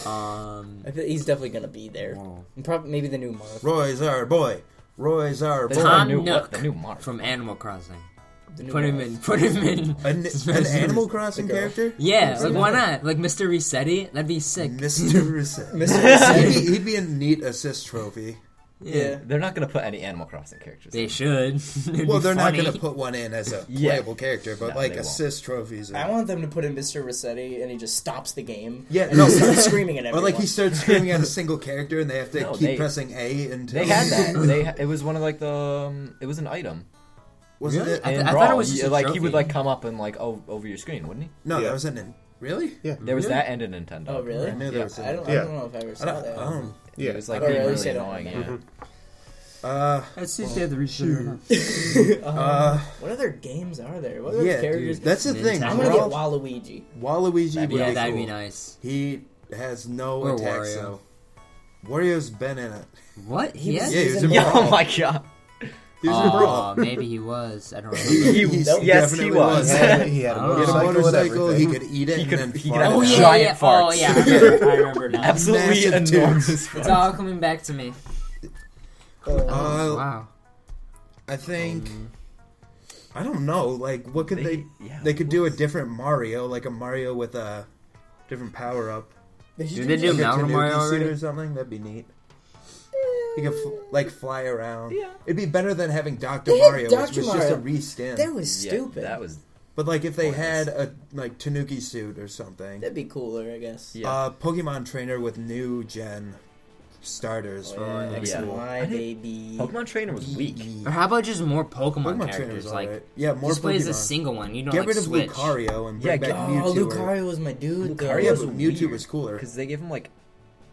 Um, I think he's definitely gonna be there. Whoa. And probably maybe the new Mario. Roy's our boy. Roy's our boy. Tom the new Nook what? The new Mark. from Animal Crossing. The new Put him Mario. in. Put him in. (laughs) An, an Animal Crossing The girl. character? Yeah, like why not? Like Mr. Resetti? That'd be sick. Mr. (laughs) Reset. Mr. he'd, Reset. be, he'd be a neat assist trophy. yeah. They're not gonna put any Animal Crossing characters. They should. (laughs) It'd Well, be they're funny. not going to put one in as a Yeah. playable character, but No, like they won't. assist trophies. I Or, want them to put in Mr. Rossetti and he just stops the (laughs) game. Yeah, and no. he (laughs) starts screaming at or everyone. like he starts screaming at a single character and they have to No, keep they- pressing A until. They had that. They ha- it was one of like the um, it was an item. Wasn't Really? it? I th- in I thought it Brawl. was just Yeah, a like he trophy. would like come up and like oh, over your screen, wouldn't he? No, Yeah. that was in it. Really? (laughs) Yeah, There was that and a Nintendo. Oh really? I knew there was Yeah, I don't, I Yeah. don't know if I ever I saw don't, that. I don't- It yeah. was like I don't really, really say that annoying. one. Yeah. (laughs) uh, That's just they have the resetter. Um, uh, what other games are there? What other yeah, characters? dude. That's the thing. Nintendo. I'm gonna get Waluigi. Waluigi That'd would be- Yeah, be that'd cool. be nice. He has no Or attack, Wario. so. Wario's been in it. What? He was- has? Yeah, he he's was in in Brawl. Brawl. Oh my god. He was in Aw, Brawl. maybe he was. (laughs) I don't (laughs) remember. He, He- he yes, he definitely was. He had, (laughs) he had a Oh. He had a motorcycle, motorcycle, and he everything. could eat it He and could- then he could fart have Oh it a yeah, out. yeah. Giant Oh farts. (laughs) yeah, I remember, I remember now. Absolutely Massive tubes. enormous. (laughs) It's all coming back to me. Uh, wow. I think. Um, I don't know. Like, what could they? They- They, yeah, could do a different Mario, like a Mario with a different power up. Did they do Like a Mountain Tanuki Mario suit already? or something? That'd be neat. He could fl- like fly around. Yeah. It'd be better than having Doctor They had Mario, Dr. which was Mario. just a reskin. That was Yeah, stupid. that was but like if they pointless. had a like Tanuki suit or something. That'd be cooler, I guess. yeah. Uh, Pokemon trainer with new gen starters. for Oh, next yeah. level. My I Oh, think- baby. Pokemon Trainer E. was weak. Or how about just more Pokemon, Pokemon trainer characters? was Like, alright. yeah, more just play as a Pokemon. single one. You know, Get like rid of Switch. Lucario and Yeah, bring get- back Oh, Mewtwo. or- Lucario was my dude. though. Yeah, Lucario (laughs) but Mewtwo was cooler. because they gave him like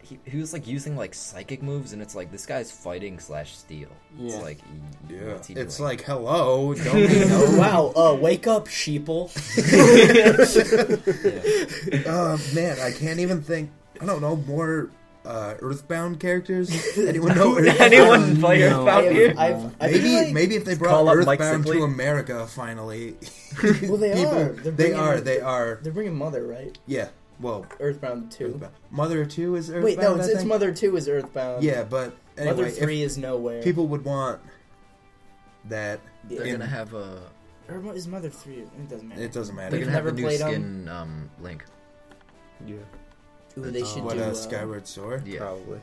he, he was like using like psychic moves, and it's like this guy's fighting slash steal. Yeah. It's like yeah, Yeah. what's he It's doing? (laughs) like, hello, don't you (laughs) know? wow, uh, wake up, sheeple. Uh, man, I can't even think. I don't know more uh, (laughs) Earthbound characters. Anyone know? Earthbound? anyone player no. found here? I've, I've, I Maybe feel like- maybe if they brought Call up Mike Earthbound Sibley. to America finally. Well, they People- are. They're They bringing- are. They are. They're bringing Mother, right? Yeah. Well, Earthbound 2. Earthbound. Mother Two is Earthbound. Wait, no, I it's, it's think? Mother 2 is Earthbound. Yeah, but Mother anyway, 3 is Nowhere. if people would want that. Yeah. They're in- gonna have a Or what is Mother 3? It doesn't matter. It doesn't matter. they're We've gonna have a never new played 'em. skin um Link. Yeah, Ooh, they should what do a uh, Skyward Sword. Yeah, probably.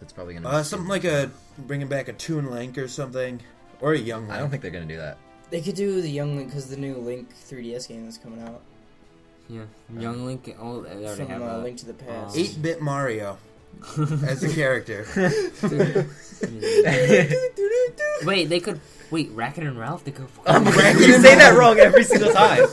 it's probably gonna Uh, something like a bringing back a Toon Link or something, or a Young Link. I don't think they're gonna do (laughs) that. They could do the Young Link because the new Link 3DS game is coming out. Yeah, Young Link. Oh, they already From have uh, that. Link to the Past. Um, Eight Bit (laughs) Mario as a character. Wait, they could. Wait, Racket and Ralph. They (laughs) could. you say that wrong every single time.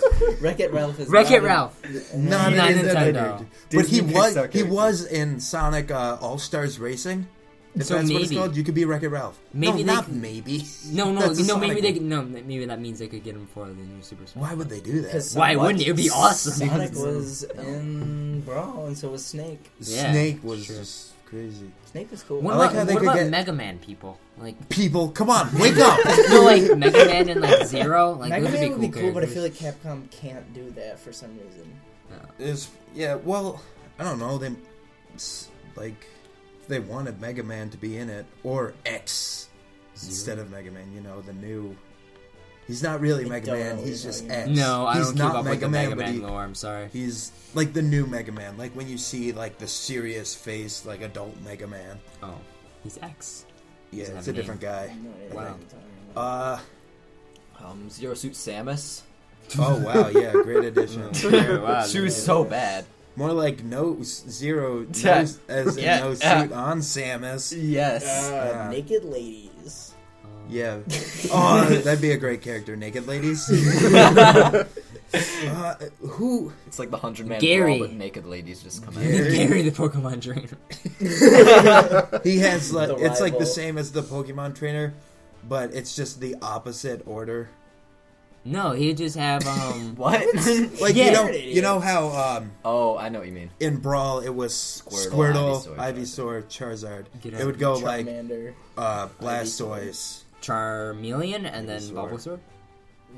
Wreck It Ralph is. Wreck It Um, not- Ralph. (laughs) Not (laughs) Not in Nintendo. Nintendo. But Disney he was Pixar he character. was in Sonic uh, All Stars Racing. If So that's what it's maybe. called, you could be Wreck It Ralph. Maybe no, they not could- maybe. No, no, That's a no. Maybe Sonic they. game. Could, no, maybe that means they could get him for the new Super Smash. Why would they do that? 'Cause Why Sonic- wouldn't it? It'd be awesome. Sonic Because- (laughs) was in Brawl, and so was Snake. Yeah, Snake was sure. just crazy. Snake was cool. What I like about, how they what could about get- Mega Man people? Like, People, come (laughs) on, wake up! no, (laughs) like Mega Man and like Zero. Like, Mega those Man would would be cool, but I feel characters. like Capcom can't do that for some reason. Is yeah, well, I don't know. They s- like if they wanted Mega Man to be in it or X instead of Mega Man. You know the new. He's not really I Mega don't Man. know He's what just you're X. talking No, I he's don't keep not up Mega with the Man, Mega but Man he- lore. I'm sorry. He's like the new Mega Man, like when you see like the serious face, like adult Mega Man. Oh, he's X. Yeah, Doesn't it's have a a different guy. I have no idea what Wow. you're talking about. Uh Um, Zero Suit Samus. oh wow, yeah, great (laughs) addition. Wow, She was so bad. More like no s- (laughs) zero no, Yeah. s- as in Yeah. no suit on Samus. Yes. Uh, Uh, naked ladies. (laughs) Yeah. Oh, that'd be a great character, Naked Ladies. uh, who? It's like the hundred man Gary. brawl, but naked ladies just Oh. (laughs) come out. Gary the Pokemon trainer. He has like The it's like the rival. same as the Pokemon trainer, but it's just the opposite order. No, he'd just have (laughs) um. (laughs) What? Like Yeah. you know, you know how um, oh, I know what you mean. in Brawl it was Squirtle, Squirtle, Ivysaur, Charizard. Get It out. would go like Charmander. uh, Blastoise. Charmeleon and then Ivysaur. Bulbasaur.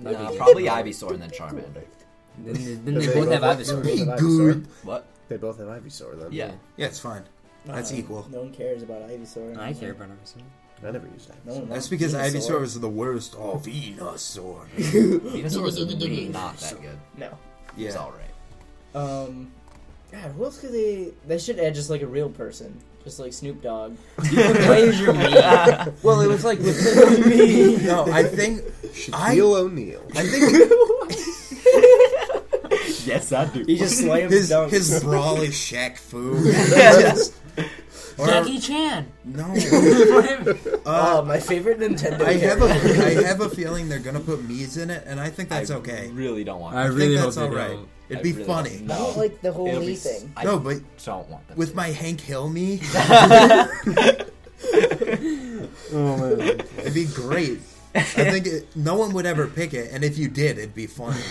That'd No, be probably good. Ivysaur and then Charmander. Then, (laughs) then they both have Ivysaur. They both have Ivysaur. What? They both have Ivysaur then. Yeah. Yeah, it's fine. That's Uh, equal. No one cares about Ivysaur. I care about Ivysaur. I never used Ivysaur. No one That's wants because Venusaur. Ivysaur was the worst. Oh, Venusaur. (laughs) Venusaur is really not that good. No. It's Yeah. all (laughs) right. Um, God, who else could they? They should add just like a real person, just like Snoop Dogg. Where's (laughs) your meat? well, it was like Me. No, I think I- Shaquille O'Neal. I think (laughs) Yes, I do. He just slams his dunks. his brawl is Shaq Fu. Yes. Or- Jackie (laughs) Chan. no. oh, my favorite Nintendo. Uh, I have a (laughs) character. I have a feeling they're gonna put Mii's in it, and I think that's I okay. Really don't want. I it. think that's all right. It'd I be really funny. don't- I don't like the whole It'll be Lee s- thing. I No, but don't want them. with to. my Hank Hill (laughs) me, Oh man. it'd be great. I think it, no one would ever pick it, and if you did, it'd be funny.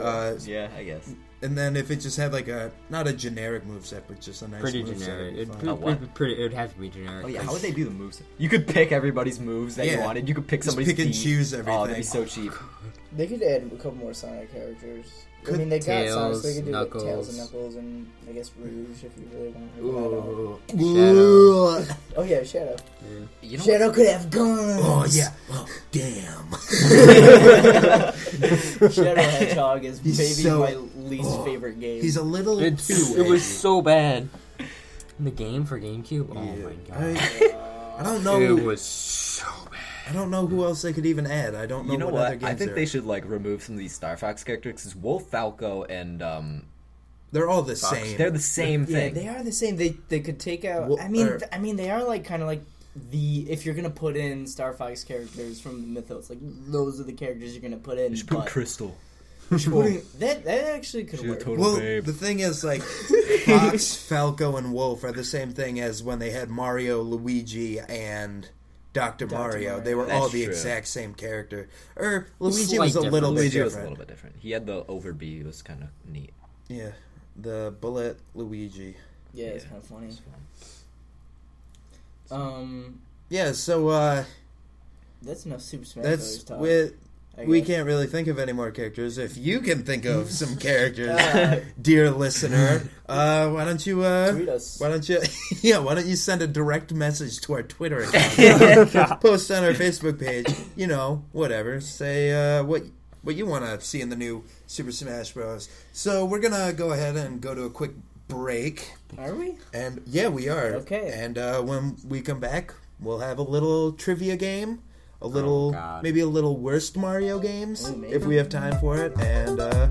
Uh, (laughs) yeah, I guess. and then if it just had like a not a generic moveset, but just a nice Pretty moveset, generic. it'd be It'd, fun. be- Oh, it'd what? be pretty. It'd have to be generic. Oh yeah, Like, how would they do the moves? You could pick everybody's moves that you Yeah. wanted. You could pick Just somebody's pick and team. choose Oh, that'd everything. be so (sighs) cheap. They could add a couple more Sonic characters. I Could- mean, they got Sonic, so they Tails, could do like, Tails and Knuckles. Knuckles, and I guess Rouge if you really want to. Ooh. Shadow. Oh yeah, Shadow. You know, Shadow could have guns. Oh yeah. Oh, damn. (laughs) Shadow Hedgehog is maybe (laughs) He's so- my least oh, favorite game. He's a little It's, too. it was edgy. so bad. The game for GameCube. Oh my god. I, I don't know. It was so bad. I don't know who else they could even add. I don't know, you know what, what? other games. I think there. they should like remove some of these Star Fox characters because Wolf Falco and um, They're all the Fox, same. they're the same yeah, thing. they are the same. They they could take out. Well, I mean, er- th- I mean, they are like kind of like the if you're gonna put in Star Fox characters from the mythos, like those are the characters you're gonna put in. You should put but- (laughs) Crystal. you should put in- that that actually could She's a work. total well, babe. the thing (laughs) is, like, Fox, Falco, and Wolf are the same thing as when they had Mario, Luigi, and Dr. Mario. Mario. They were That's all the true. exact same character. Or Luigi was a different. little Luigi bit was a different. little bit different. He had the over B. It was kind of neat. Yeah, the bullet Luigi. yeah, it's Yeah. kind of funny. It's fun. Um, Yeah, so uh, that's enough Super Smash Brothers that's talk. with. I We guess. (laughs) can't really think of any more characters. If you can think of some characters, Uh, dear listener, uh, why don't you uh, Tweet us. Why don't you? (laughs) Yeah, why don't you send a direct message to (laughs) our Twitter account, post on our Facebook page, you know, whatever. Say uh, what what you want to see in the new Super Smash Bros. So we're gonna go ahead and go to a quick break, Are we? and yeah, we are Okay. And uh, when we come back, we'll have a little trivia game, a little God. maybe a little worst Mario games Oh, maybe. if we have time for it, and uh,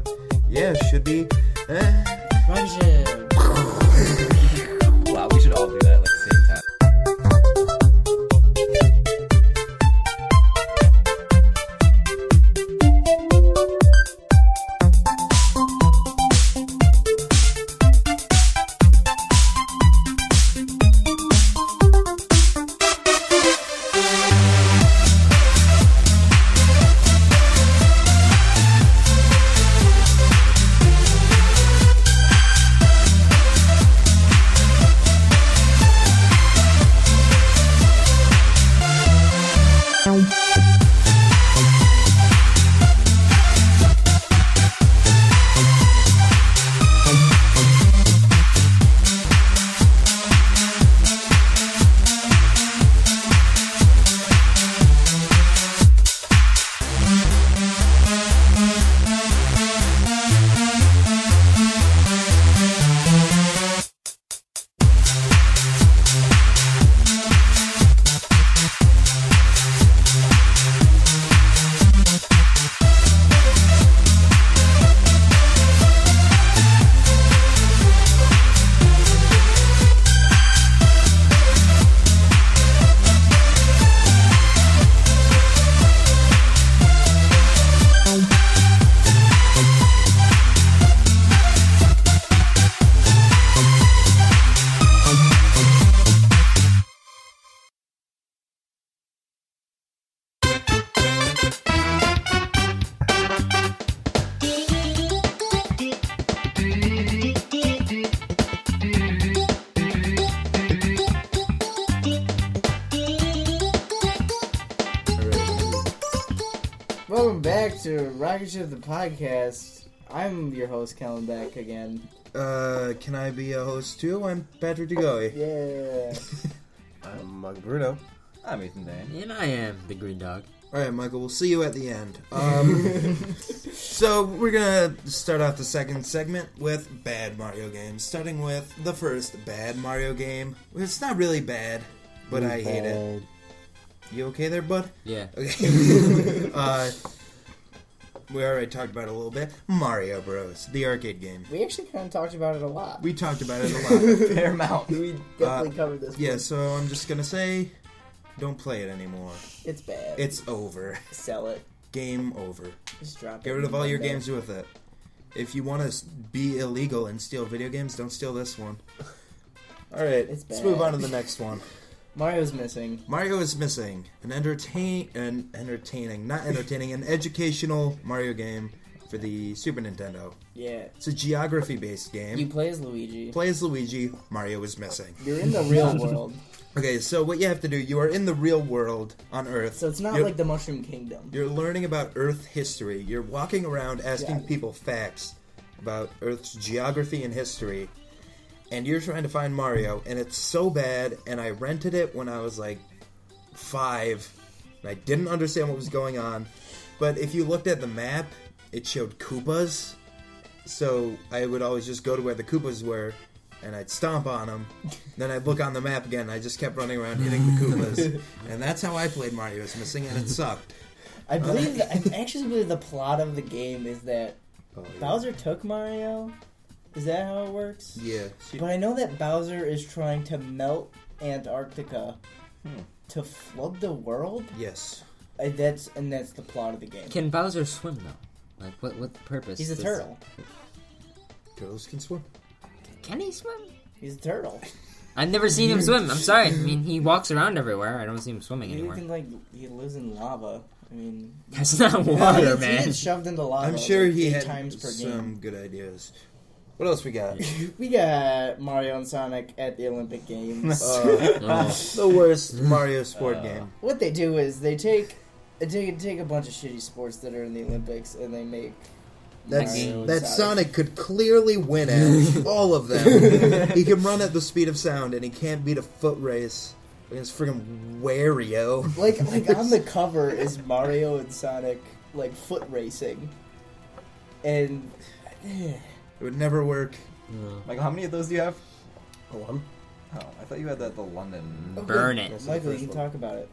yeah, should be. eh. Roger. Mm-hmm. Wow, we should all do that at like, the same time. Welcome back to Rocket Ship the podcast. I'm your host, Kellen Beck, again. Uh, can I be a host too? I'm Patrick DeGoey. Yeah. I'm Michael Bruno. I'm Ethan Dan. And I am the green dog. All right, Michael. We'll see you at the end. Um, so we're gonna start off the second segment with bad Mario games. Starting with the first bad Mario game. It's not really bad, but I hate it. You okay there, bud? Yeah. Okay. uh, we already talked about it a little bit. Mario Bros. The arcade game. we actually kind of talked about it a lot. We talked about it a lot. (laughs) Fair amount. We definitely covered this. yeah, so I'm just gonna say, don't play it anymore. It's bad. It's over. Sell it. Game over. Just drop it. Get rid of all your Monday. games with it. If you want to be illegal and steal video games, don't steal this one. All right, It's let's move bad. on to the next one. Mario's missing. Mario is missing an entertain an entertaining, not entertaining, an educational Mario game for the Super Nintendo. Yeah. It's a geography-based You game. play as Luigi. Play as Luigi. Mario is missing. You're in the real (laughs) world, Okay, so what you have to do, you are in the real world on Earth. so it's not You're- like the Mushroom Kingdom. You're learning about Earth history. You're walking around asking Yeah. people facts about Earth's geography and history. And you're trying to find Mario, and it's so bad. And I rented it when I was like five, and I didn't understand what was going on. But if you looked at the map, it showed Koopas. So I would always just go to where the Koopas were, and I'd stomp on them. Then I'd look on the map again, and I just kept running around hitting the Koopas. and that's how I played Mario's Missing, and it sucked. I believe. I (laughs) actually believe the plot of the game is that Oh, Bowser took Mario. Is that how it works? Yeah. But I know that Bowser is trying to melt Antarctica Hmm. to flood the world. Yes. Uh, that's and that's the plot of the game. Can Bowser swim though? Like, what what purpose? He's a does- turtle. Turtles can swim. Can he swim? He's a turtle. I've never seen him swim. I'm sorry. I mean, he walks around everywhere. I don't see him swimming He anywhere. can like he lives in lava. I mean, (laughs) That's (laughs) not he water, gets- he man. gets shoved into lava. I'm sure like, he eight had times per some game. good ideas. What else we got? (laughs) We got Mario and Sonic at the Olympic (laughs) Games. (laughs) Uh, Oh, (laughs) the worst Mario Uh, sport game. what they do is they take they take, take a bunch of shitty sports that are in the Olympics and they make That's, Mario and that Sonic could clearly win at (laughs) all of them. he can run at the speed of sound, and he can't beat a foot race against friggin' Wario. Like like on (laughs) the cover is Mario and Sonic like foot racing, and (laughs) eh. It would never work. no. Michael, how many of those do you have? Hold on. Oh, I thought you had that the London. Burn it. Michael, you can talk about it.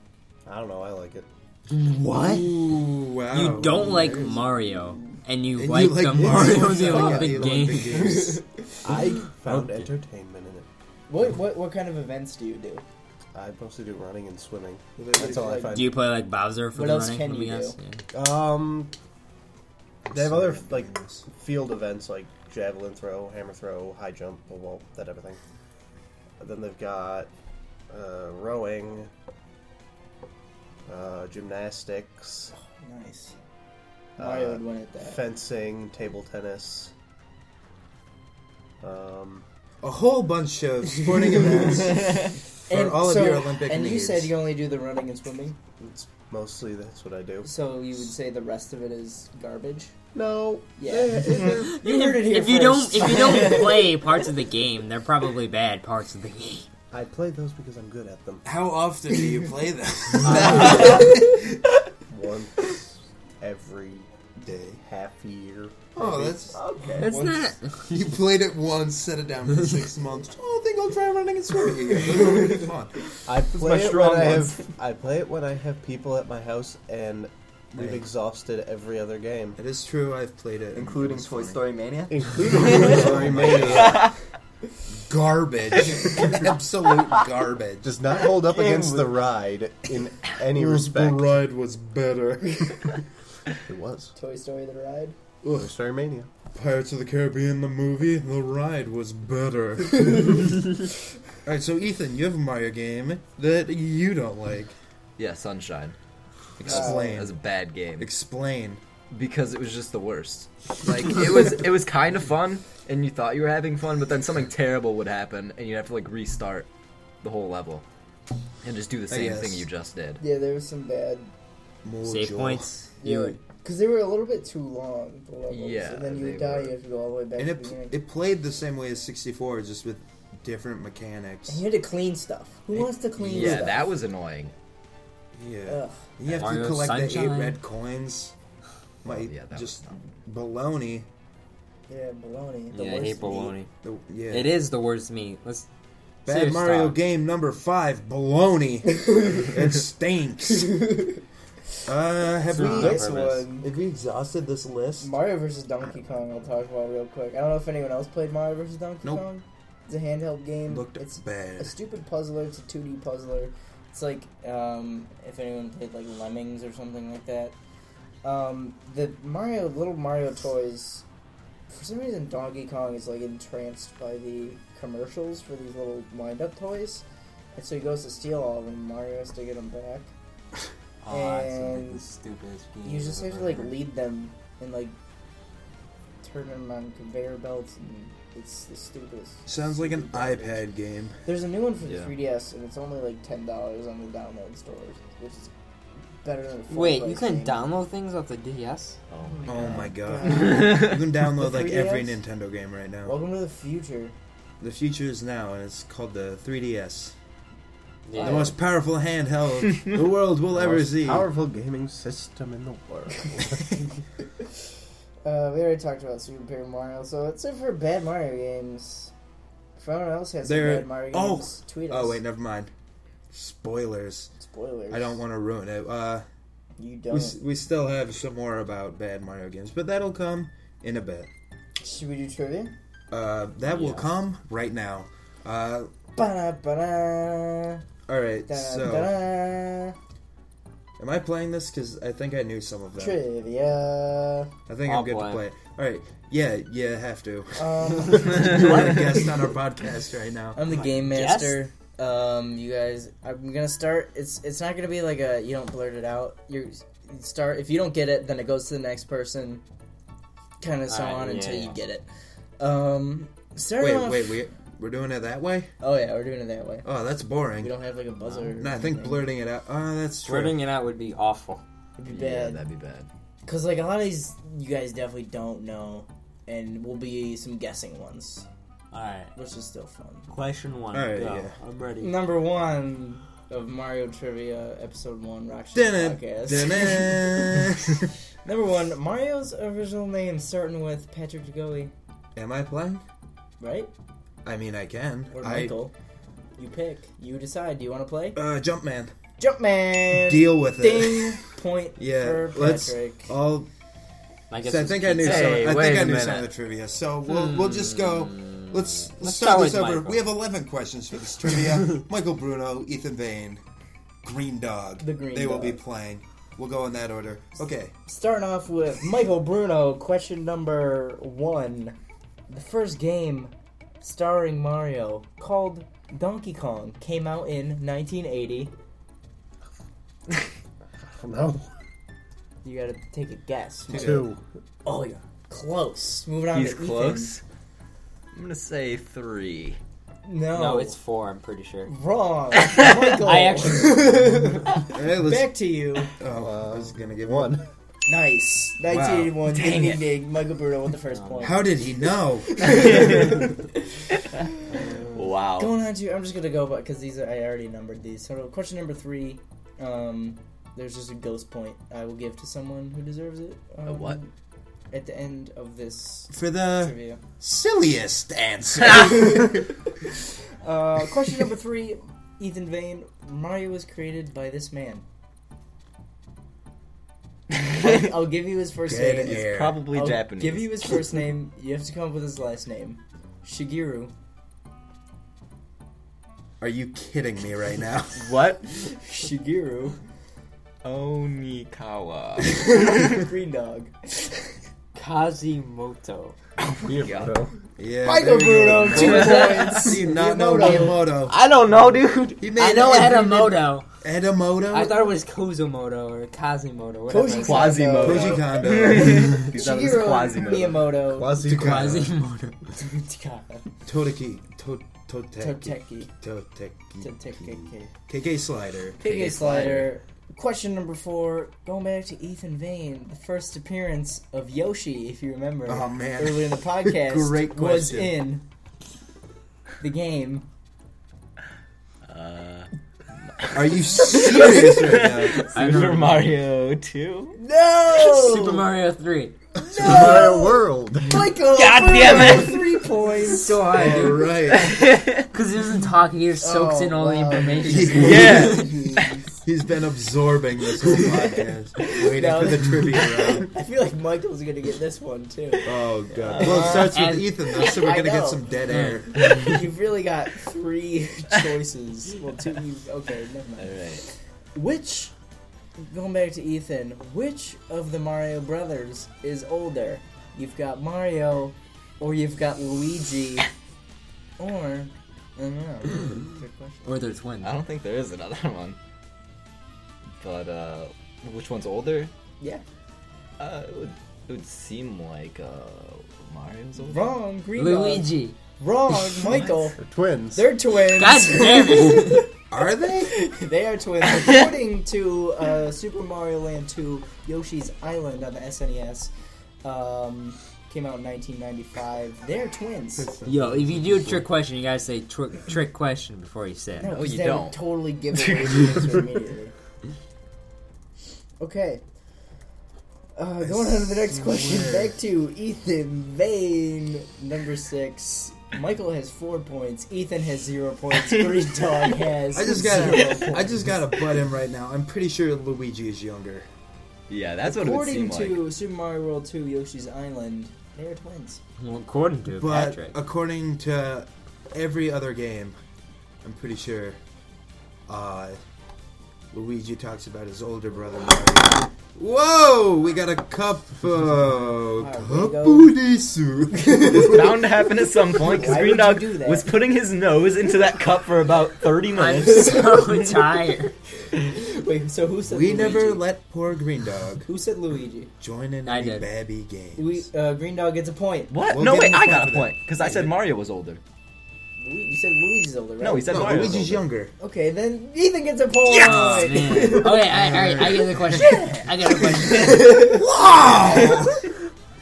I don't know. I like it. What? Ooh, wow. You don't like There's- Mario, and you Oh, And you like like (laughs) the this. Mario the Yeah, Olympic Olympic game. Games. I found entertainment in it. What what what kind of events do you do? I mostly do running and swimming. That's all I Like, find. Do you play like Bowser for What the else running? can Let me you guess. do? Yeah. Um, they have other like field events like javelin throw, hammer throw, high jump, pole vault, that everything. Then they've got uh, rowing, uh, gymnastics, Nice. Uh, Mario would win at that. fencing, table tennis. Um, A whole bunch of sporting events. for all of your Olympic and you needs. said you only do the running and swimming, it's mostly that's what I do. so you would say the rest of it is garbage. No, Yeah. yeah. You heard it here If you don't, first. if you don't play parts of the game, they're probably bad parts of the game. (laughs) (laughs) I play those because I'm good at them. How often do you play them? (laughs) Once every Day. half year. Oh, maybe. that's okay. That's Once- not. You played it once, set it down for six months. Oh, I think I'll try running and swimming again. Those are pretty fun. I my play it strong when I ones. have I play it when I have people at my house and we've Right. exhausted every other game. It is true. I've played it, Including Toy Story Mania? (laughs) Including Story Mania. Garbage, absolute garbage. Does not hold (laughs) up against the ride in any respect. ride was better. (laughs) It was. Toy Story the ride. Toy Story Mania. Pirates of the Caribbean, the movie, the ride was better. All right, so Ethan, you have a Mario game that you don't like. Yeah, Sunshine. Explain. That was a bad game Explain. because it was just the worst. Like it was, it was kind of fun, and you thought you were having fun, but then something terrible would happen, and you'd have to like restart the whole level and just do the same guess. thing you just did. Yeah, there was some bad. More Save Joel. points. You would. Because they were a little bit too long, the levels. Yeah, And then you they would die, were. you have to go all the way back And to it, the beginning. it played the same way as 64, just with different mechanics. and you had to clean stuff. Who wants to clean yeah, stuff? that was annoying. Yeah. Ugh. You have to Mario collect the Sunshine. Oh, eight red coins. Like, yeah, that was just baloney. Yeah, baloney. The yeah, I worst hate meat. baloney. The- yeah. It is the worst meat. Let's Bad serious Mario talk. game number five, baloney. (laughs) it stinks. Uh, have It's we, not on This purpose. one. have we exhausted this list? (laughs) Mario versus Donkey Kong. I'll talk about real quick. I don't know if anyone else played Mario versus Donkey Nope. Kong. It's a handheld game. Looked it's a bad. stupid puzzler. It's a two D puzzler. It's like um, if anyone played like Lemmings or something like that. Um, the Mario little Mario toys. For some reason, Donkey Kong is like entranced by the commercials for these little wind up toys, and so he goes to steal all of them. Mario has to get them back. Oh, it's gonna be And the stupidest game You just have I've to ever like heard. lead them and like turn them on conveyor belts, and it's the stupidest. Sounds like an stupid garbage. iPad game. There's a new one for the Yeah. 3DS, and it's only like ten dollars on the download stores, which is better than. A full Wait, price you can game. download things off the DS? Oh. (laughs) Oh my god. (laughs) God. You can download The like every 3DS? Nintendo game right now. Welcome to the future. the future is now, and it's called the 3DS. Yeah. The most (laughs) powerful handheld the world will ever Most see. Powerful gaming system in the (laughs) world. Uh, we already talked about Super Paper Mario, so that's it for bad Mario games. If anyone else has some There- bad Mario oh! games, tweet us. Oh wait, never mind. Spoilers. spoilers. I don't want to ruin it. Uh, You we don't. s- we still have some more about bad Mario games, but that'll come in a bit. Should we do trivia? Uh, that will Yes. come right now. Uh, Ba ba all right. da So, da. am I playing this? Because I think I knew some of them. Trivia. I think I'll I'm good to play it. play it. All right. Yeah, yeah, have to. Um, (laughs) (laughs) you are a guest on our podcast right now. I'm the game master. Um, you guys, I'm gonna start. It's it's not gonna be like a you don't blurt it out. You you start if you don't get it, then it goes to the next person, kind of so Alright, on yeah, until you yeah. get it. Um, starting Wait, off- wait, we we're doing it that way? Oh yeah, we're doing it that way. Oh, that's We boring. don't have like a buzzer. or No, I think anything. blurting it out. Oh, that's true. Sweating it out would be awful. would be Yeah, bad that'd be bad. because like a lot of these you guys definitely don't know, and will be some guessing ones, Alright, which is still fun. question one. Alright, go. yeah. I'm ready. Number one of Mario Trivia, Episode One, Rock Dun-dun, Podcast. dun-dun. Number one, Mario's original name starting with Patrick DeGoey, Am I playing? right? I mean, I can. Or I Michael. You pick. You decide. Do you want to play? uh, Jumpman. Jumpman! Deal with it. Ding! Point (laughs) Yeah, for let's- Patrick. I'll. I guess So I it's think I knew. pizza. some, Hey, I wait think I a knew some of the minute. trivia. So we'll we'll just go. Let's let's, start Let's start this with over. Michael. We have eleven questions for this trivia. Michael Bruno, Ethan Vane, Green Dog. The Green They will be Dog. playing. We'll go in that order. Okay. Starting off with Michael Bruno, question number one. The first game starring Mario, called Donkey Kong, came out in 1980. no. You gotta take a guess. Two. Oh, yeah. Close. Moving on He's to Ethan. close. I'm gonna say three. No. No, Oh, it's four, I'm pretty sure. (laughs) Wrong. Michael. I actually- Hey, let's- Back to you. oh, I was gonna give One. Nice. 1981. Ding, ding, ding. Michael Bruno with the first Oh, point. How did he know? Wow. (laughs) Going on to, I'm just gonna go, but because these are, I already numbered these. So question number three, um, there's just a ghost point I will give to someone who deserves it. Um, what? At the end of this For the trivia. silliest answer. Uh, question number three, Ethan Vane. Mario was created by this (laughs) man. I'll, I'll give you his first Dead name. air. Probably I'll Japanese. Give you his first name. You have to come up with his last name. (laughs) Shigeru. Are you kidding me right now? what? Shigeru. Onikawa. (laughs) Green dog. Kazimoto. Weirdo. Yeah. Michael there you go. (laughs) Bruno, two points. Do you not know Miyamoto. Miyamoto? I don't know, dude. He I know every- Edamoto. Edamoto? I thought it was Kozumoto or Kazimoto. Whatever. Koji- Quasimodo. Koji Kondo. He's not as Shigeru Quasimodo. Miyamoto. (laughs) Quasi. Quasimodo. Toteki. To- Toteki. Toteki. Toteki. Toteki. KK Slider. KK Slider. Question number four, going back to Ethan Vane, the first appearance of Yoshi, if you remember, Oh, man. earlier in the podcast, (laughs) Great was question. in the game. Are you serious right now? Super Mario 2? No, Super Mario 3. Mario World. Michael, God damn it. three (laughs) points. So high, All dude. right. Because he doesn't talk, he just soaks Oh, in all the wow. information. Yeah. He's been absorbing this whole podcast, waiting No. for the trivia round. I feel like Michael's gonna get this one too. Oh god. well, it starts with and- Ethan, though, so we're I gonna get know. some dead air. You've really got three (laughs) choices. Well, two. You, okay, never mind. Alright. Which, going back to Ethan, which of the Mario brothers is older? You've got Mario, or you've got Luigi, or I don't know. Good question. Or they're twins. I don't think there is another (laughs) one. But uh which one's older? Yeah, Uh it would it would seem like uh Mario's older. wrong. Green dog. Luigi. Wrong, Michael. They're twins. They're twins. God damn it. Are they? (laughs) they are twins. According to uh, Super Mario Land 2, Yoshi's Island on the SNES, um, came out in 1995. They're twins. Yo, if you do a trick question, you gotta say trick trick question before you say it. No, No, 'cause you that don't. Would totally give (laughs) away the answer immediately. Okay. Uh, going on to the next question. Back to Ethan Vane, number six. Michael has four points. Ethan has zero (laughs) points. Green Dog has. I (laughs) just zero gotta, I points. just gotta butt him right now. I'm pretty sure Luigi is younger. Yeah, that's what it would According seem to like. Super Mario World 2 Yoshi's Island, they are twins. (laughs) Well, according to But Patrick. according to every other game, I'm pretty sure uh, Luigi talks about his older brother. Mario. Whoa, we got a cup. Uh, we go. kapudisu. It's (laughs) bound to happen at some point because Why Green would you Dog do that? was putting his nose into that cup for about 30 I'm minutes. so (laughs) tired. Wait, so who said we Luigi? never let poor Green Dog Who said Luigi? join in I any did. babby games. We, uh, Green Dog gets a point. (laughs) What? We'll no, give wait, him a I point got a for that. point because I said Mario was older. Lu- you said Luigi's older, right? No, he said no, Mario. was Luigi's older. younger. Okay, then Ethan gets a point. Oh, man. Okay, all right, I get the question. I get the question. Wow!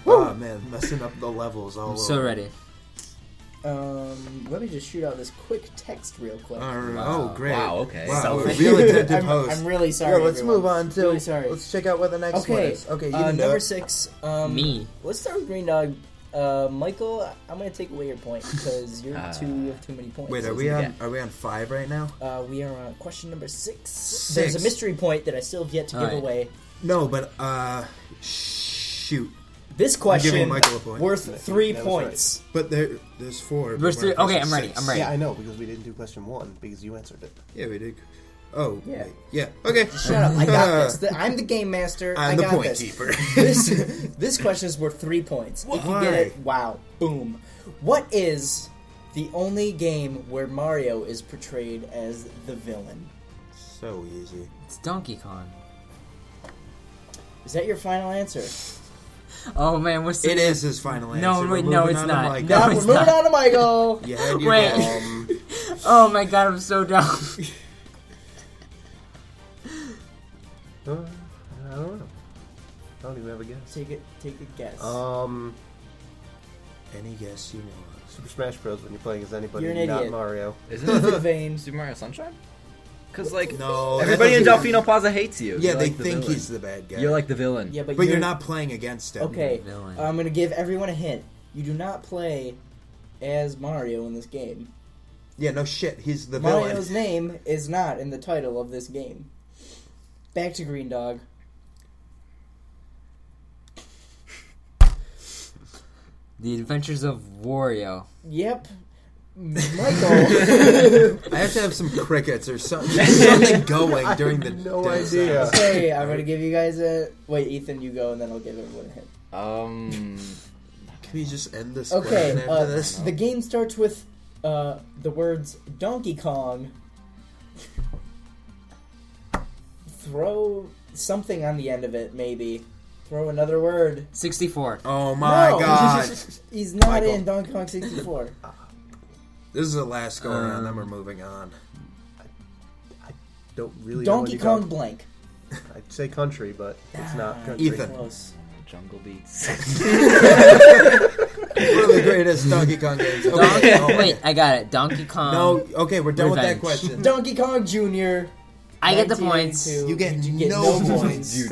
oh man, messing up the levels all I'm over. so ready. (laughs) Um, let me just shoot out this quick text real quick. All right. Wow. Oh, great. Wow, okay. Wow, So- we're real (laughs) attentive I'm, host. I'm really sorry. Yo, let's everyone. move on to. Really sorry. Let's check out what the next one Okay. is. Okay, you uh, can do number it. six. Um, Me. Let's start with Green Dog. Uh, Michael, I'm gonna take away your point because you're Uh, too you have too many points. Wait, are we on? Are we on five right now? Uh, we are on question number six. Six. There's a mystery point that I still have yet to All give right. away. No, but uh, shoot. This giving question Michael a point. worth three That was right. points. But there, there's four. but Verse we're three. on Okay, question I'm ready. six. I'm ready. Yeah, I know because we didn't do question one because you answered it. Yeah, we did. Oh, Yeah. yeah, yeah. Okay. Shut up! I (laughs) got this. The- I'm the game master. I'm I the got point this. keeper. this (laughs) this question is worth three points. If you get it, Why? wow, boom. What is the only game where Mario is portrayed as the villain? so easy. It's Donkey Kong. Is that your final answer? Oh man, we're It sitting. is his final answer. No, We're wait, no, moving it's on to not. Mike. No, Now we're it's moving not. on to (laughs) Michael. You had your Wait. guess. Um, Oh my god, I'm so dumb. (laughs) Uh, I don't know. I don't even have a guess. Take a take a guess. Uh, Um, Any guess you (laughs) want. Super Smash Bros. When you're playing as anybody, You're an not idiot. Mario. Is Ethan it Vane. Super Mario (laughs) Sunshine? Because, like, No. that everybody in doesn't- Delfino Plaza hates you. You're Yeah, they like the think villain. he's the bad guy. You're like the villain. Yeah, but, but you're not playing against him. Okay, Villain. I'm gonna give everyone a hint. You do not play as Mario in this game. Yeah, no shit. He's the Mario's villain. name is not in the title of this game. Back to Green Dog. The Adventures of Wario. Yep. (laughs) Michael. I have to have some crickets (laughs) or something, something going during the. no dinner idea. sounds. okay, I'm gonna give you guys a wait. Ethan, you go, and then I'll give everyone a hint. (laughs) Um. Can we just end this? question Okay, After uh, this. the game starts with uh, the words Donkey Kong. Throw something on the end of it, maybe. Throw another word. 64. (laughs) Oh my No. god! He's not Michael. in Donkey Kong 64. This is the last go around. Then Um, we're moving on. Don't really. know Donkey any Kong Ah, Don- blank. I'd say country, but it's not country. Ethan. Close. Jungle Beats. One of the (laughs) greatest Donkey Kong games. Okay. oh Oh, Don- wait, I got it. Donkey Kong. No, Um, okay, we're done Revenge. with (laughs) that (laughs) question. Donkey Kong Jr. I get the points. 1982. You get You no points.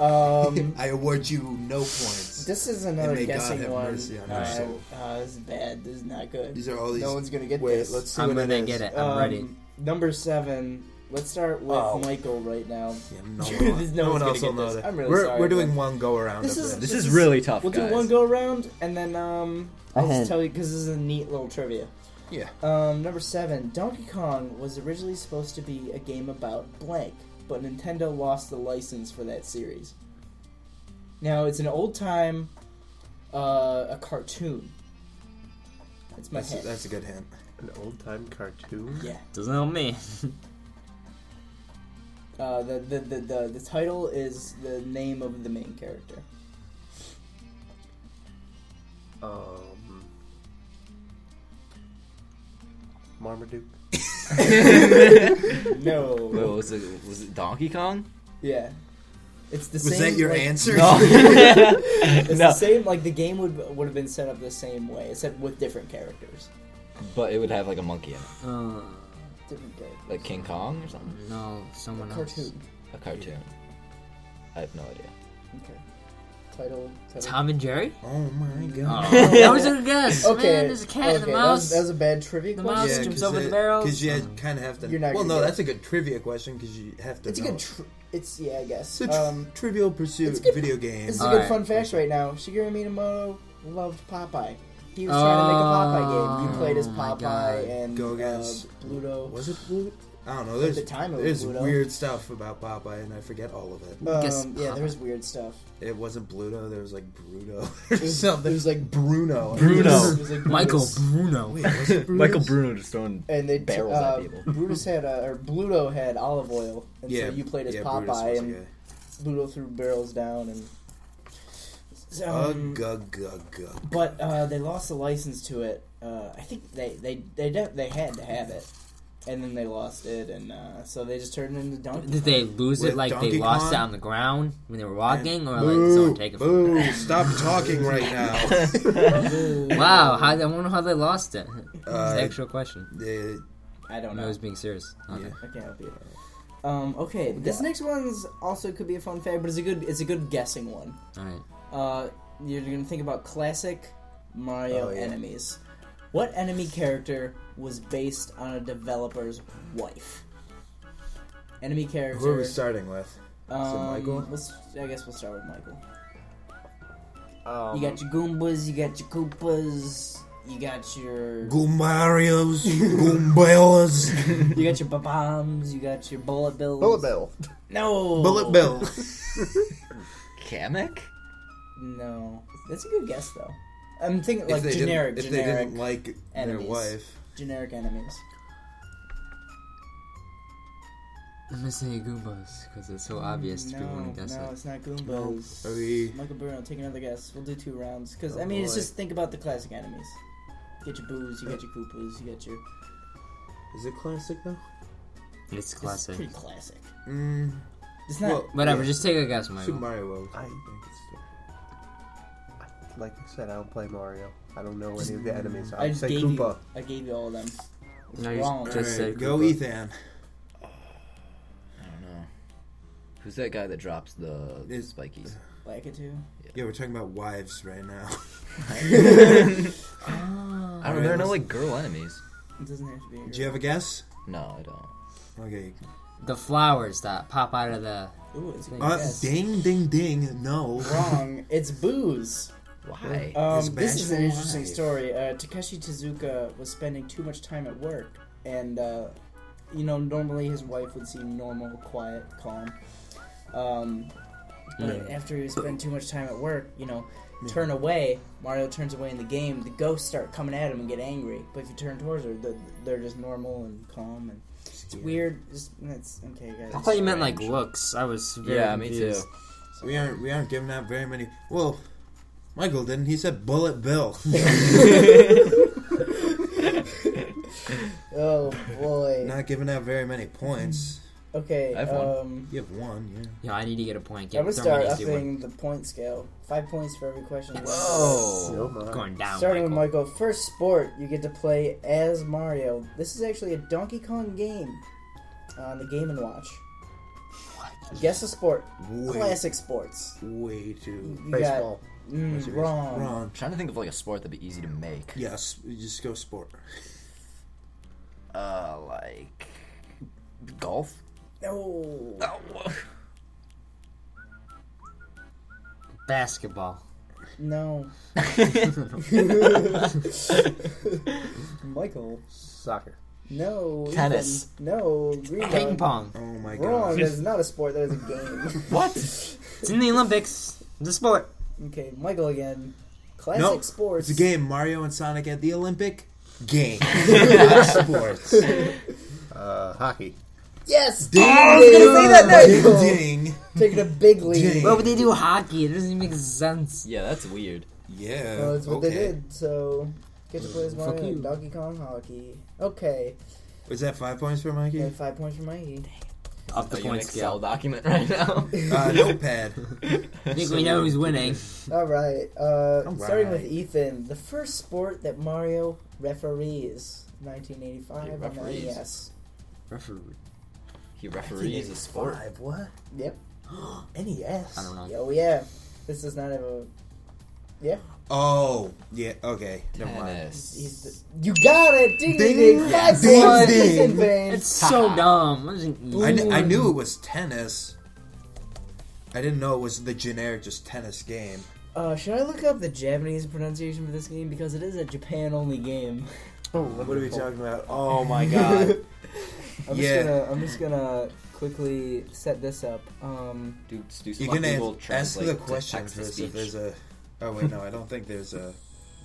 um, (laughs) I award you no points. this is another And may God guessing have one. mercy on Uh, our soul. uh, this is bad. This is not good. These are all these. no one's gonna get Wait, this. let's see I'm what gonna it is. get it. I'm Um, ready. Number seven. Let's start with Oh. Michael right now. (laughs) Yeah, no, Dude, one, this- no no one one's else gonna get will know this. that. I'm really we're, sorry, we're doing but- one go around. This of is- This is really tough, We'll guys. do one go around, and then um, I'll Ahead. just tell you because this is a neat little trivia. Yeah. Um, number seven, Donkey Kong was originally supposed to be a game about blank, but Nintendo lost the license for that series. Now it's an old time, uh, a cartoon. That's my That's, hint. that's a good hint. An old time cartoon. yeah. Doesn't help me. (laughs) Uh, the, the, the, the, the title is the name of the main (laughs) character. Um, Marmaduke. Wait, No. was it was it Donkey Kong? (laughs) yeah. It's the Was same. that your like, answer? (laughs) It's No. the same. Like the game would would have been set up the same way, except with different characters. But it would have like a monkey in it, Uh, Different characters. like King Kong or something. no, someone else. Cartoon. A cartoon. I have no idea. Okay. Title. title. Tom and Jerry? (laughs) oh my god. Oh, that was a good guess. Okay. Oh, Man, there's a cat okay. and a that was- mouse. That was, a bad trivia The question. mouse Yeah, jumps because over the barrel. Because you kind of have to. You're not well, gonna no, get that's a good trivia question because you have to. It's a know good. it. Tr- it's yeah, I guess. It's a tr- Um, Trivial Pursuit it's a good- video game. this is a All good right. fun fact right now. Shigeru Miyamoto loved Popeye. He was trying to make a Popeye game. You Oh, played as my Popeye God. and Go uh, guess. Pluto. Was it Pluto? I don't know. There's the time it was there's Pluto. weird stuff about Popeye, and I forget all of it. Guess Um, yeah, Popeye. there was weird (laughs) stuff. It wasn't Pluto. There was like Bruno (laughs) or was- something. it was like Bruno. It Bruno. was like Michael Brutus. Bruno. Wait, (laughs) was it Bruno? Michael Bruno just throwing and they barrels uh, at people. Brutus had uh, or Bluto had olive oil, and Yeah, so you played as yeah, Brutus Popeye, was and a guy. Bluto threw barrels down, and um, Ugh, ugh, ugh, ugh. but uh, they lost the license to it. Uh, I think they they they de- they had to have it, and then they lost it, and uh, so they just turned it into Donkey. Did they lose With it like Donkey they lost Kong? it on the ground when they were walking, or like Boo, someone take it from boo, stop talking (laughs) right now. Kong. them? Wow, how, I wonder how they lost it. (laughs) It's Uh, an actual question. Yeah, I don't I know. was being serious. Okay. I can't help you. Um, okay, this next one's also could be a fun fact, but it's a good it's a good guessing one. All right. Uh, you're gonna think about classic Mario Oh, yeah. enemies. What enemy character was based on a developer's wife? Enemy character. who are we starting with? um, Michael? Let's, I guess we'll start with Michael. Um, you got your Goombas, you got your Koopas, you got your (laughs) Goombarios, Goombellas, you got your bombs, you got your bullet bills. Bullet Bill. No. Bullet Bill. Kamek? No. That's a good guess though. I'm thinking If like they didn't- generic, if generic, they didn't like enemies. their wife, generic enemies. I'm gonna say Goombas because it's so obvious to Mm, no, people want to guess no, it. it's not no, Goombas. are we? Michael Bruno, take another guess. We'll do two rounds. Because, Oh, I mean, it's boy. just think about the classic enemies. Get your boos, you get your koopas, you get your. Is it classic though? It's It's classic. pretty classic. Mm, It's not. well, Whatever, yeah, just take a guess, Super Michael. Mario World. I- think it's- Like I said, I don't play Mario. I don't know any of the enemies. Mm, I I just say gave you. Koopa. I gave you all of them. It's No, you wrong. just Alright, said go Koopa. Ethan. I don't know. Who's that guy that drops the It's- (laughs) spikies? Lakitu. Yeah, we're talking about wives right now. (laughs) I Ah, don't know. There are no like girl enemies. It doesn't have to be. a Do you have a guess? No, I don't. Okay. The flowers that pop out of the. girl. Ooh, it's a good Uh, guess. ding, ding, ding. No. (laughs) wrong. It's booze. Why? Um, It's this is an bashful interesting life. story. Uh, Takeshi Tezuka was spending too much time at work, and uh, you know, normally his wife would seem normal, quiet, calm. Um, but after he spent too much time at work, you know, turn away. Mario turns away in the game. The ghosts start coming at him and get angry. But if you turn towards her, they're, they're just normal and calm. And it's weird. Just, it's okay, guys. I thought you meant like looks. I was very yeah, me too. (laughs) confused. We aren't. We aren't giving out very many. Well, Michael didn't. He said (laughs) Bullet Bill. Oh boy. Oh, (laughs) Not giving out very many points. Okay. I have one. Um, You have one, yeah. Yeah, I need to get a point. Get I'm gonna start somebody to do upping the point scale. Five points for every question. Whoa. it. going down. Starting with Michael. Michael, first sport you get to play as Mario. This is actually a Donkey Kong game on the Game and Watch. Guess a sport. Way, Classic sports. way too You Baseball. Got, mm, wrong. wrong. I'm trying to think of like a sport that'd be easy to make. Yes, you just go sport. Uh, like golf. No. Basketball. (laughs) No. Michael. Soccer. No. Tennis. Ethan. No. Green Ping dot. pong. Oh my Wrong. god. That is not a sport. That is a game. (laughs) What? It's in the Olympics. It's a sport. okay, Michael again. Classic No, sports. It's a game. Mario and Sonic at the Olympic (laughs) (laughs) game. Not sports. Uh, hockey. Yes. Oh, Ding, say that ding, now. ding. Taking a big lead. Dang. Why would they do hockey? It doesn't even make (laughs) sense. Yeah, that's weird. Yeah. Well, that's Oh, what okay. they did. So get to play as Mario Fuck you. and Donkey Kong hockey. Okay. Was that five points for Mikey? And five points for Mikey. Up the Are you an point Excel scale. document right (laughs) now? (laughs) (laughs) Uh, notepad. I think we know who's winning. All right. Uh, All Starting with right. Ethan, the first sport that Mario referees, 1985 He on E the referees? NES. Referee. He referees a sport. what? Yep. NES. I don't know. Oh yeah. This does not have a. Oh, yeah. Okay. Never mind. He's Tennis. the, you got it. Ding ding. Ding. ding. Five Yes. points, Ding, ding. Ethan Vane. It's so dumb. It wasn't easy. I, kn- I knew it was tennis. I didn't know it was the generic just tennis game. Uh, should I look up the Japanese pronunciation for this game because it is a Japan only game. (laughs) Oh, What are we talking about? Oh (laughs) my god. I'm Yeah. just gonna I'm just gonna quickly set this up. Um, Dude, do you some can Google ask, ask Translate the to question text to first if speech. there's a. Oh wait, no, I don't think there's a.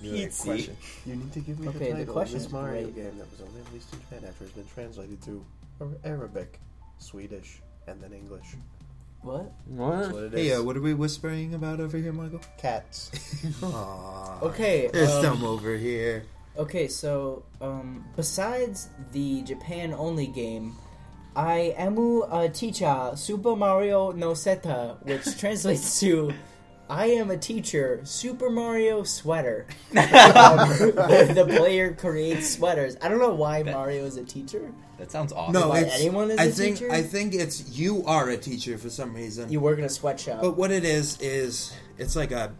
really a Pizzi. question. You need to give me Okay, the the title question of is this Mario great. game that was only released in Japan after it's been translated to Ar- Arabic, Swedish, and then English. what? That's What? what it is. Hey, uh, what are we whispering about over here, Michael? Cats. (laughs) Aww. Okay. There's um, some over here. Okay, so um, besides the Japan only game, I amu a teacher Super Mario no Seta, which translates to I am a teacher Super Mario sweater. um, (laughs) where the player creates sweaters. I don't know why Mario is a teacher. That sounds awesome. No, Why it's, anyone is I a think teacher? I think it's you are a teacher for some reason. You work in a sweatshop. But what it is is it's like a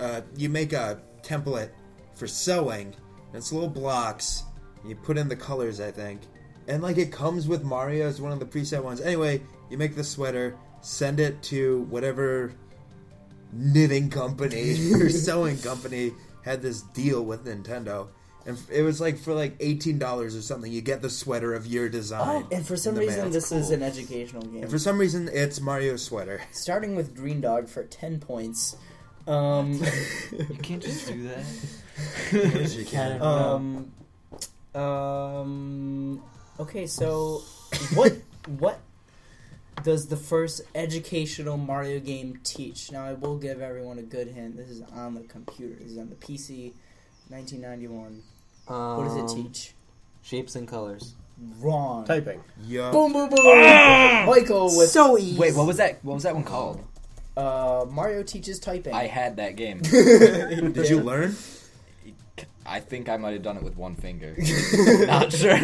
uh, you make a template for sewing. and It's little blocks. and You put in the colors, I think, and like it comes with Mario as one of the preset ones. Anyway, you make the sweater, send it to whatever knitting company (laughs) or sewing company had this deal with Nintendo. And it was like for like eighteen dollars or something. You get the sweater of your design. Oh, (gasps) and for some in the reason, mail. this is an educational game. And for some reason, it's Mario's sweater. Starting with Green Dog for 10 points. Um, You can't just do that. um, um, (laughs) okay, so what what does the first educational Mario game teach? Now, I will give everyone a good hint. This is on the computer. This is on the PC, 1991. Um, What does it teach? Um, Shapes and colors. Wrong. Typing. Yup. Boom, boom, boom. Ah! Michael with so easy. Wait, what was that? What was that one called? uh, Mario teaches typing. (laughs) I had that (laughs) game. Did you learn? I think I might have done it with one (laughs) finger. Not sure.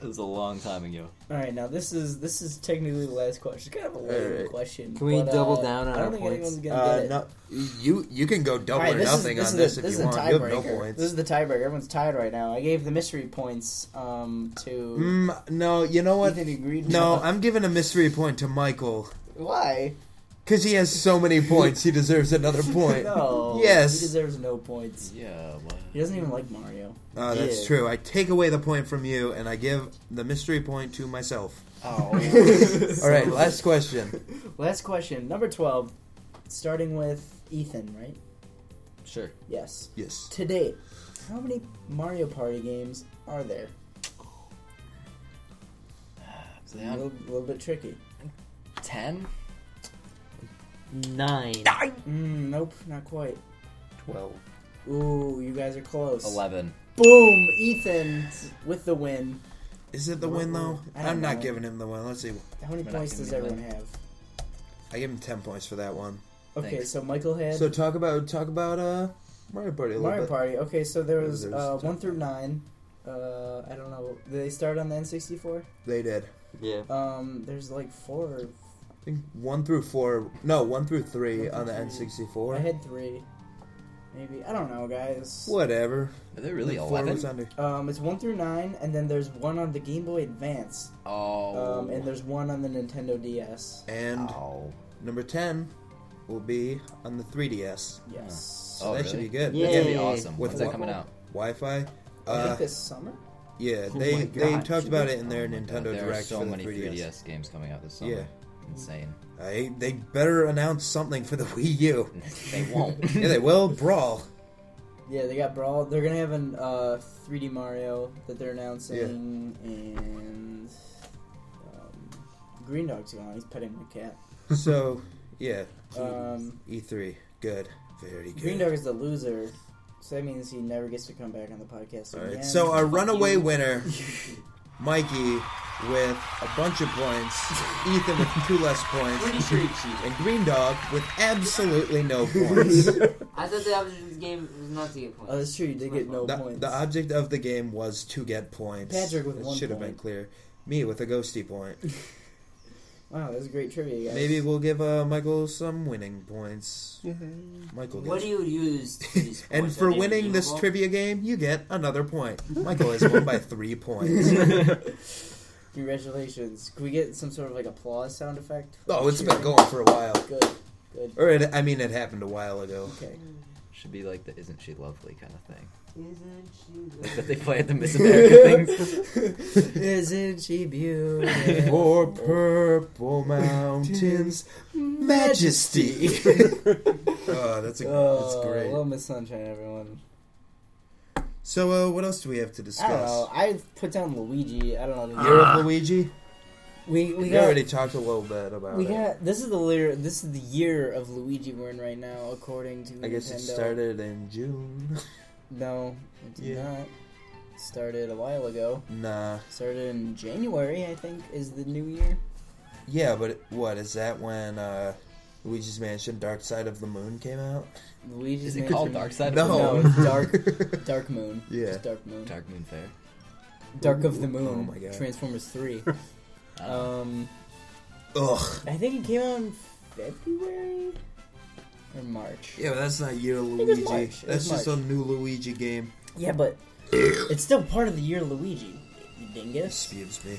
it was a long time ago. All right, now this is this is technically the last question. It's kind of a lame Alright. question. Can we but, double uh, down on I don't our think points? anyone's gonna Uh, get it. no, you you can go double Alright, or this is- nothing this is on this a- if this is you a want. You have no tiebreaker. points. This is the tiebreaker. Everyone's tied right now. I gave the mystery points um, to Mm, no, you know what? Ethan agreed. (laughs) No, I'm giving a mystery point to Michael why? because he has so many points. He (laughs) deserves another point. No. Yes. He deserves no points. Yeah. What? He doesn't even like Mario. Oh, that's Yeah. true. I take away the point from you and I give the mystery point to myself. (laughs) Oh. All right, last question. Last question, number twelve, starting with Ethan. Right? sure. Yes. Yes. To date, how many Mario Party games are there? So A little, little bit tricky. ten. Nine. Mm, nope, not quite. Twelve. Ooh, you guys are close. Eleven. Boom! Ethan with the win. Is it the win though? I don't I'm not know. giving him the win. Let's see. How many We're not points giving does you everyone have? I give him ten points for that one. Okay, Thanks. so Michael had So talk about talk about uh Mario Party a little Mario bit. Party. Okay, so there was There's uh, top one through nine. Uh, I don't know. Did they start on the N64? They did. Yeah. Um, there's like four. I think one through four. No, one through three One through on the three. I N64. had three. Maybe I don't know, guys. Whatever. Are there really Four eleven? was under. Um, it's one through nine, and then there's one on the Game Boy Advance, Oh. um, and there's one on the Nintendo DS. And oh. number ten will be on the 3DS. Yes. So Oh, that really? should be good. That's gonna be Yay. awesome. With When's that what- coming out? Wi-Fi. I Uh, think this summer. yeah, Oh they my they God. talked about it in their Oh my God, Nintendo there Direct are so for the many 3DS. 3DS games coming out this summer. Yeah. (laughs) Insane. (laughs) I, they better announce something for the Wii U. (laughs) They won't. yeah, they will. Brawl. Yeah, they got Brawl. They're gonna have an uh, 3D Mario that they're announcing, and um, Green Dog's gone. He's petting my cat. So, yeah, Um, E3. Good. Very good. Green Dog is the loser, so that means he never gets to come back on the podcast All again. right. So our runaway winner, Mikey, with a bunch of points. Ethan with two less points. sure you cheated. And Green Dog with absolutely no points. I thought the object of this game was not to get points. oh, that's true. You did get no the, points. the object of the game was to get points. Patrick with That one should have been point. clear. Me with a ghosty point. (laughs) wow, that's great trivia, guys. Maybe we'll give uh, Michael some winning points. Michael What gets. do you use? to (laughs) use and points? for Are they winning this redeemable? trivia game, you get another point. Michael has won by (laughs) three points. Congratulations. Can we get some sort of like applause sound effect? Oh, it's been going for a while. Good. Good. Or it, I mean, it happened a while ago. Okay. Should be like the "Isn't she lovely" kind of thing Isn't she that they play at the Miss (laughs) America (laughs) things. Isn't she (laughs) beautiful? For purple mountains, (laughs) majesty. oh, that's a, that's Oh, great. Little Miss Sunshine, everyone. So, uh, what else do we have to discuss? I don't know. I put down Luigi. I don't know. Europe, Luigi. we we We, got Ah. already talked a little bit about we it. got this is the year this is the year of Luigi we're in right now according to I guess Nintendo. it started in June. (laughs) No, it did Yeah. not. It started a while ago. nah. Started in January, I think, is the new year. Yeah, but it- what is that when uh, Luigi's Mansion: Dark Side of the Moon came out? Luigi's Is it Mansion- called Dark Side? No. (laughs) No, Of it's Dark Dark Moon. Yeah. Just Dark Moon. the Moon? Dark Moon Fair. Dark of the Ooh, Moon. oh my God. Transformers (laughs) Three. I don't know. um, (laughs) Ugh. I think it came out in February or March. Yeah, but that's not year it was Luigi. March. It That's was just a new Luigi game. Yeah, but it's still part of the year Luigi. You It dingus. spews me.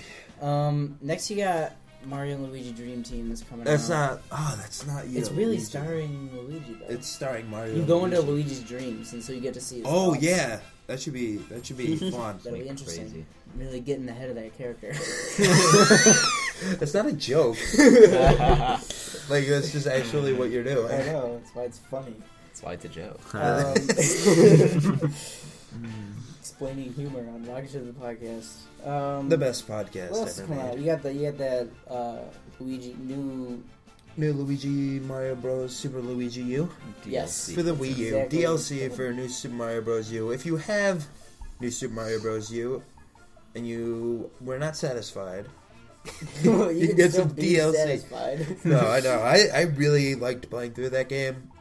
Um, next you got Mario and Luigi Dream Team that's coming That's out. not. Oh, that's not year. It's really Luigi. starring Luigi though. It's starring Mario. you and go into Luigi. Luigi's dreams, and so you get to see. His Oh thoughts. yeah, that should be that should be (laughs) fun. that'll be Like interesting. crazy. Really get in the head of that (laughs) character. That's not a (laughs) joke. That's (laughs) Like that's just actually what you're doing. I know. That's why it's funny. why it's a joke. Um, Uh, (laughs) (laughs) explaining humor on Rocket Ship the podcast. Um, (laughs) the best podcast What else is ever coming out? made. You got the you got that uh, Luigi new New Luigi Mario Bros. Super Luigi U Yes. DLC. for the Wii U Exactly. DLC for New Super Mario Bros. U. If you have New Super Mario Bros. U and you were (laughs) not satisfied, (laughs) you, You can (laughs) get still some be DLC. Satisfied. no, I know. I, I really liked playing through that game.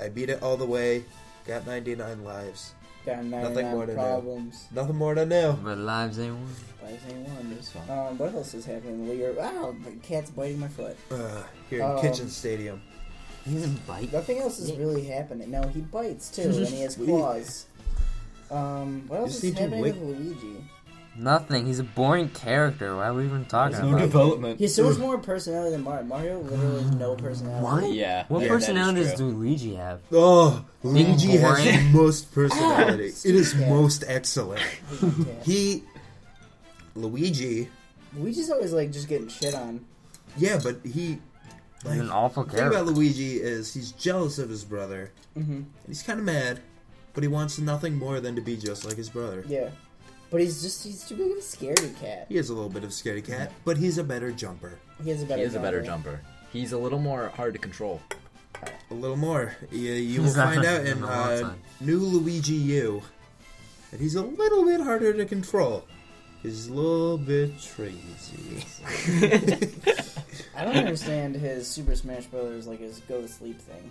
I beat it all the way. Got 99 lives. Got Nothing more 99 to do. problems. Nothing more to know. (laughs) But lives ain't one. By saying one. That's fine. Um, what else is happening? We are, wow, the cat's biting my foot. Uh, here in Um, Kitchen Stadium. He doesn't bite. Nothing else is really happening. No, he bites too, and he has claws. Um, what else Just is need to happening wait. with Luigi? Nothing. He's a boring character. Why are we (laughs) even talking There's about him? development. He has so much more personality than Mario. Mario literally has no personality. What? Yeah. What yeah, that is personality does true. Luigi have? Oh, Luigi has boring. the (laughs) most personality. Ah, it is yeah. most excellent. Yeah. He, Luigi, Luigi's always like just getting shit on. yeah, but he. He's Like, an awful the thing about character. Luigi is he's jealous of his brother, Mm-hmm. and he's kind of mad, but he wants nothing more than to be just like his brother. Yeah, but he's just—he's too big of a scaredy cat. He is a little bit of scaredy cat, but he's a better jumper. He has a better. He is a better jumper. jumper. He's a little more hard to control. (laughs) A little more. You, you will He's not find out on in the uh, outside. New Luigi U that he's a little bit harder to control. is a little bit crazy. I don't understand his Super Smash Brothers like his go to sleep thing.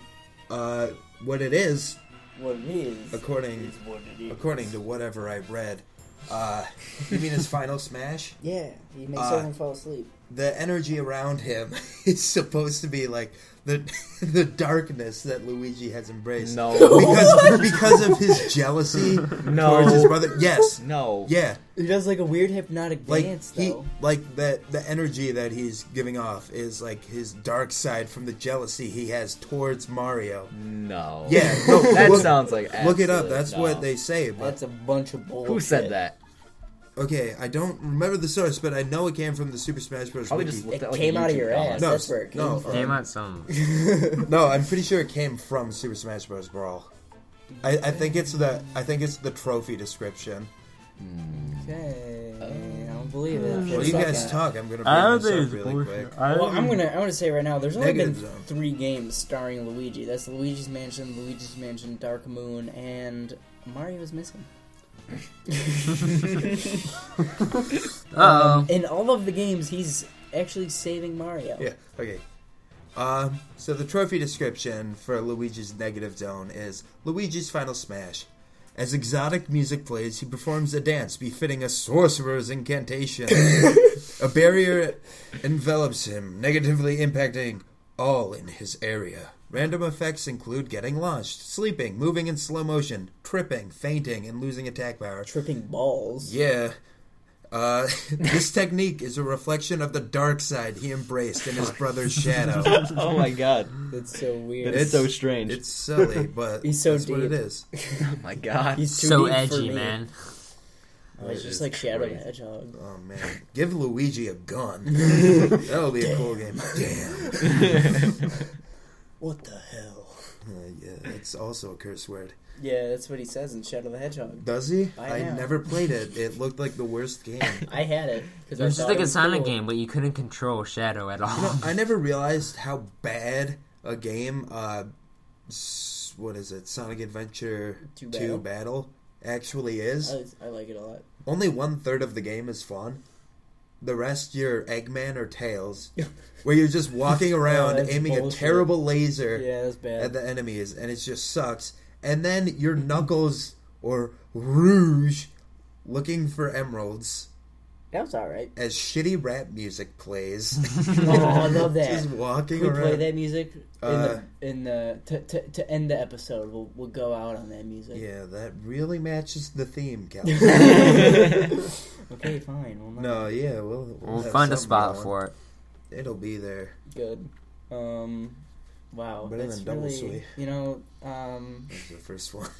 Uh, what it is, What it is according is what it is. according to whatever I read, uh, you mean his final smash? yeah, he makes Uh, everyone fall asleep. The energy around him (laughs) is supposed to be like the (laughs) the darkness that Luigi has embraced. No. (laughs) Because because of his jealousy towards his No. brother. Yes. No. Yeah. He does like a weird hypnotic like dance he though. like that the energy that he's giving off is like his dark side from the jealousy he has towards Mario. No. Yeah, no, (laughs) That look, sounds like look it up. absolute That's no. what they say. But That's a bunch of bullshit. Who said that? okay, I don't remember the source, but I know it came from the Super Smash Bros. Probably wiki. just It looked at like came a out of your YouTube ass. comment. No, That's where it came no, uh, from. Name out some. no, I'm pretty sure it came from Super Smash Bros. Brawl. I, I think it's the I think it's the trophy description. Okay, Mm. I don't believe it. Well, you guys talk. I'm gonna bring I don't this think up it's really bullshit. quick. I Well, I'm don't- gonna I'm gonna say right now, there's only been Negative zone. three games starring Luigi. That's Luigi's Mansion, Luigi's Mansion, Dark Moon, and Mario's missing. Uh-oh. In all of the games, he's actually saving Mario. Yeah. Okay. Um, so the trophy description for Luigi's Negative Zone is Luigi's Final Smash. As exotic music plays, he performs a dance befitting a sorcerer's incantation. a barrier envelops him, negatively impacting all in his area. Random effects include getting launched, sleeping, moving in slow motion, tripping, fainting, and losing attack power. Tripping balls. Yeah. Uh, (laughs) this technique is a reflection of the dark side he embraced in his brother's shadow. (laughs) Oh my god. That's so weird. It's so strange. It's silly, but He's so that's what it deep. is. oh my god. (laughs) he's too So deep for edgy, me. man. Oh, it's just is like Shadow the crazy. Hedgehog. Oh man, give Luigi a gun. That'll be a cool game. Damn. What the hell? Uh, yeah, that's also a curse word. Yeah, that's what he says in Shadow the Hedgehog. Does he? I I, know. never played it. It looked like the worst game. I had it because It was just like a Sonic game, but you couldn't control Shadow at all. No, I never realized how bad a game. Uh, s- what is it? Sonic Adventure Two Two Battle actually is. I, I like it a lot. Only one third of the game is fun. The rest, you're Eggman or Tails, where you're just (laughs) walking around that's aiming bullshit. a terrible laser Yeah, that's at bad. the enemies, and it just sucks. And then your Knuckles or Rouge looking for emeralds That was all right. (laughs) as shitty rap music plays. (laughs) Oh, I (laughs) love that. just walking Can we around. play that music in Uh, the in the to, to, to end the episode? We'll we'll go out on that music. Yeah, (laughs) that really matches the theme, Calvin. (laughs) Okay, fine. Well, not no, yeah, we'll, we'll (laughs) We'll have find a something spot going. for it. It'll be there. good. Um, wow, Better that's than Double really Sway. you know. Um, That's the first one.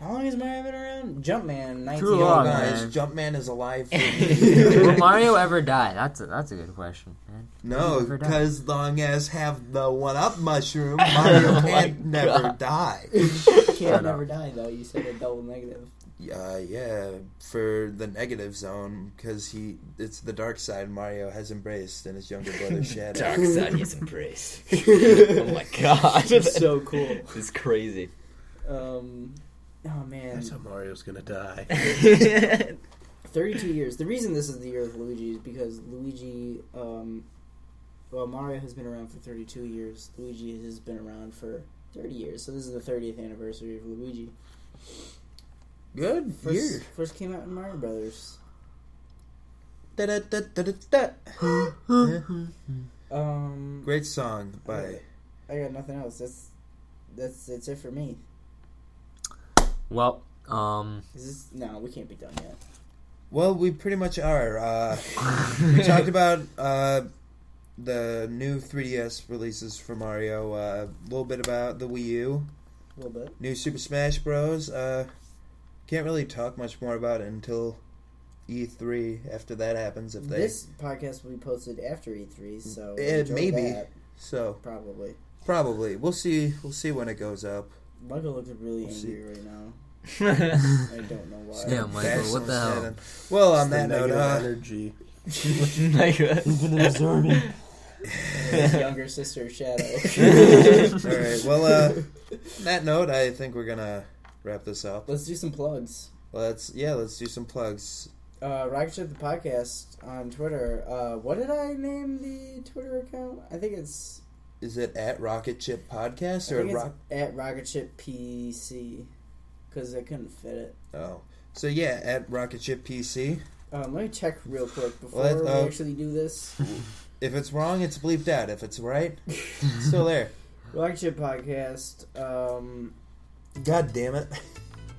how long has Mario been around? Jumpman, nineteen. Too Oh, (laughs) long, Guys, man. Jumpman is alive. (laughs) Will Mario ever die? That's a, that's a good question, man. No, Never die. because long as have the one up mushroom, Mario can't never die. Can't never die though. You said a double negative. Uh, yeah, for the negative zone, because he it's the dark side Mario has embraced in his younger (laughs) brother Shadow. (laughs) Dark side is embraced. oh my god. It's so (laughs) cool. This is (laughs) crazy. (laughs) Um, oh man, That's how Mario's (laughs) gonna die. thirty-two years. The reason this is the year of Luigi is because Luigi. Um, well, Mario has been around for thirty-two years. Luigi has been around for thirty years. So this is the thirtieth anniversary of Luigi. Good First, year. first came out in Mario Brothers. Da-da-da-da-da. Um, Great song by I got nothing else. That's that's that's it for me. Well, um, Is this no? We can't be done yet. Well, we pretty much are. Uh, we talked about uh, the new 3DS releases for Mario. uh, A little bit about the Wii U. A little bit. New Super Smash Bros. Uh, can't really talk much more about it until E3. After that happens, if they This podcast will be posted after E3, so It enjoy may be. that, so probably. probably we'll see. We'll see when it goes up. Michael looks really We'll see. angry right now. Damn, I don't know why. Yeah, Michael, That's what the hell? upsetting. Uh, Well, on The that note, negative uh, energy. (laughs) (laughs) His younger sister Shadow. (laughs) all right. uh, Well, uh, on that note, I think we're gonna wrap this up. Let's do some plugs. Let's yeah, let's do some plugs. uh, Rocket Ship the podcast on Twitter. Uh, what did I name the Twitter account? I think it's, Is it at Rocket Chip Podcast I or think it's Rock? at Rocket Ship PC because I couldn't fit it. Oh, so yeah, at Rocket Chip PC. Um, let me check real quick before Let- uh, we actually do this. If it's wrong, it's bleeped out. If (laughs) it's right, it's still there. Rocket Ship podcast um, God damn it!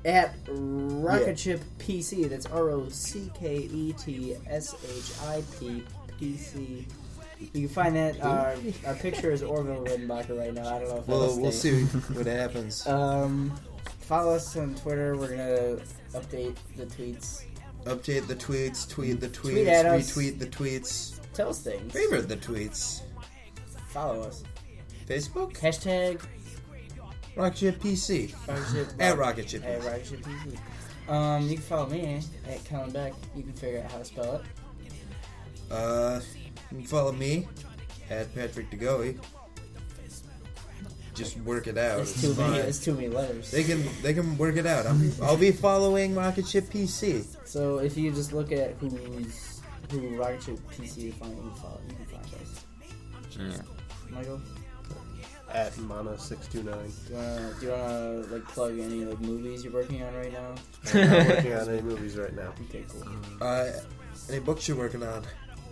at Rocket Ship PC. That's R O C K E T S H I P P C. You can find that (laughs) our, our picture is Orville Redenbacher right now. I don't know if Well, that's we'll (laughs) see what happens. Um, follow us on Twitter. We're gonna update the tweets. Update the tweets, tweet the tweets, Tweet at us. retweet the tweets, Tell us things. favorite the tweets. Follow us. Facebook, Hashtag Rocket Chip PC, Rocket (laughs) Rocket. at Rocket Chip. At PC. Rocket Ship PC. Um, you can follow me at Colin Beck. You can figure out how to spell it. Uh, you can follow me at Patrick DeGoey. Just work it out. It's It's too many. fine. It's too many letters. They can they can work it out. I'm, I'll be following Rocket Ship PC. So if you just look at who's who Rocket Ship PC is following, you can follow. You can find us. Yeah. Michael, At Mana six (laughs) two nine. do you wanna do you wanna like plug any like movies you're working on right now? Not working on any movies right now. Okay, cool. Uh, any books you're working on?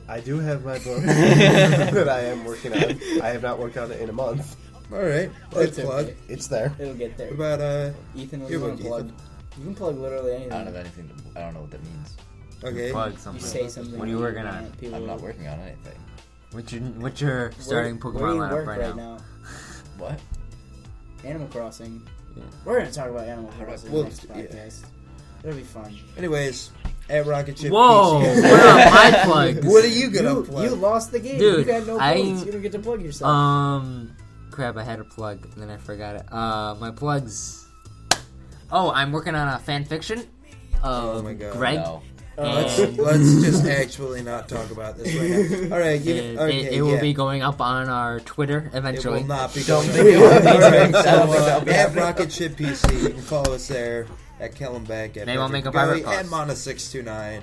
I do have my (laughs) book (laughs) that I am working on. I have not worked on it in a month. All right, good It's plug. okay. It's there. It'll get there. What about uh? Ethan, what do Your you want to book, plug? You can plug literally anything. I don't have anything. To, I don't know what that means. (laughs) Okay, Plug You something. say something. What are you working and on? people- I'm not working on anything. What's your What's your Where- starting where Pokemon do you lineup work right, now? What? Animal Crossing. Yeah. We're gonna talk about Animal Crossing Well, next yeah. podcast. It'll be fun. Anyways, at Rocket Ship. Whoa! PC. what are (laughs) my plugs? What are you gonna You, plug? you lost the game. Dude, you got no I- points. You don't get to plug yourself. Um, crap, I had a plug and then I forgot it. Uh, my plugs. Oh, I'm working on a fan fiction. Of Oh my God. Greg. No. Uh, let's and let's just actually not talk about this right now. All right, give it, it. it- Okay, it will yeah. be going up on our Twitter It eventually. will not be. Don't going think it will up. be. All right, so, Don't think uh, that'll be at happening. Rocket Ship PC, you can follow us there at Kellen Beck at Maybe I'll make a Patrick pirate Gully, at post. Mana six two nine.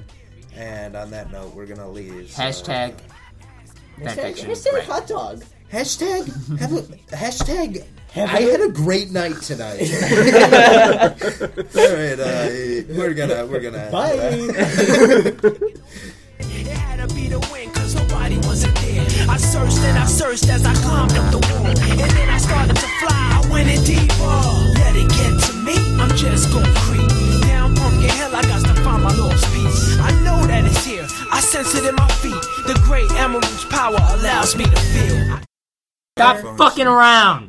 And on that note, we're gonna leave. so- Hashtag fan Hashtag- fiction. hashtag Greg. hot dog. hashtag have a hashtag. I had a great night tonight. (laughs) All right, uh, we're gonna we're gonna Bye. It had to be the wind, cause nobody wasn't there. I searched and I searched as I climbed up the wall. And then I started to fly, I went in deeper. Let it get to me, I'm just gonna creep. Down pumpkin hill, I got to find my lost piece. I know that it's here, I sense it in my feet. The great emerald's power allows me to feel. Stop fucking around.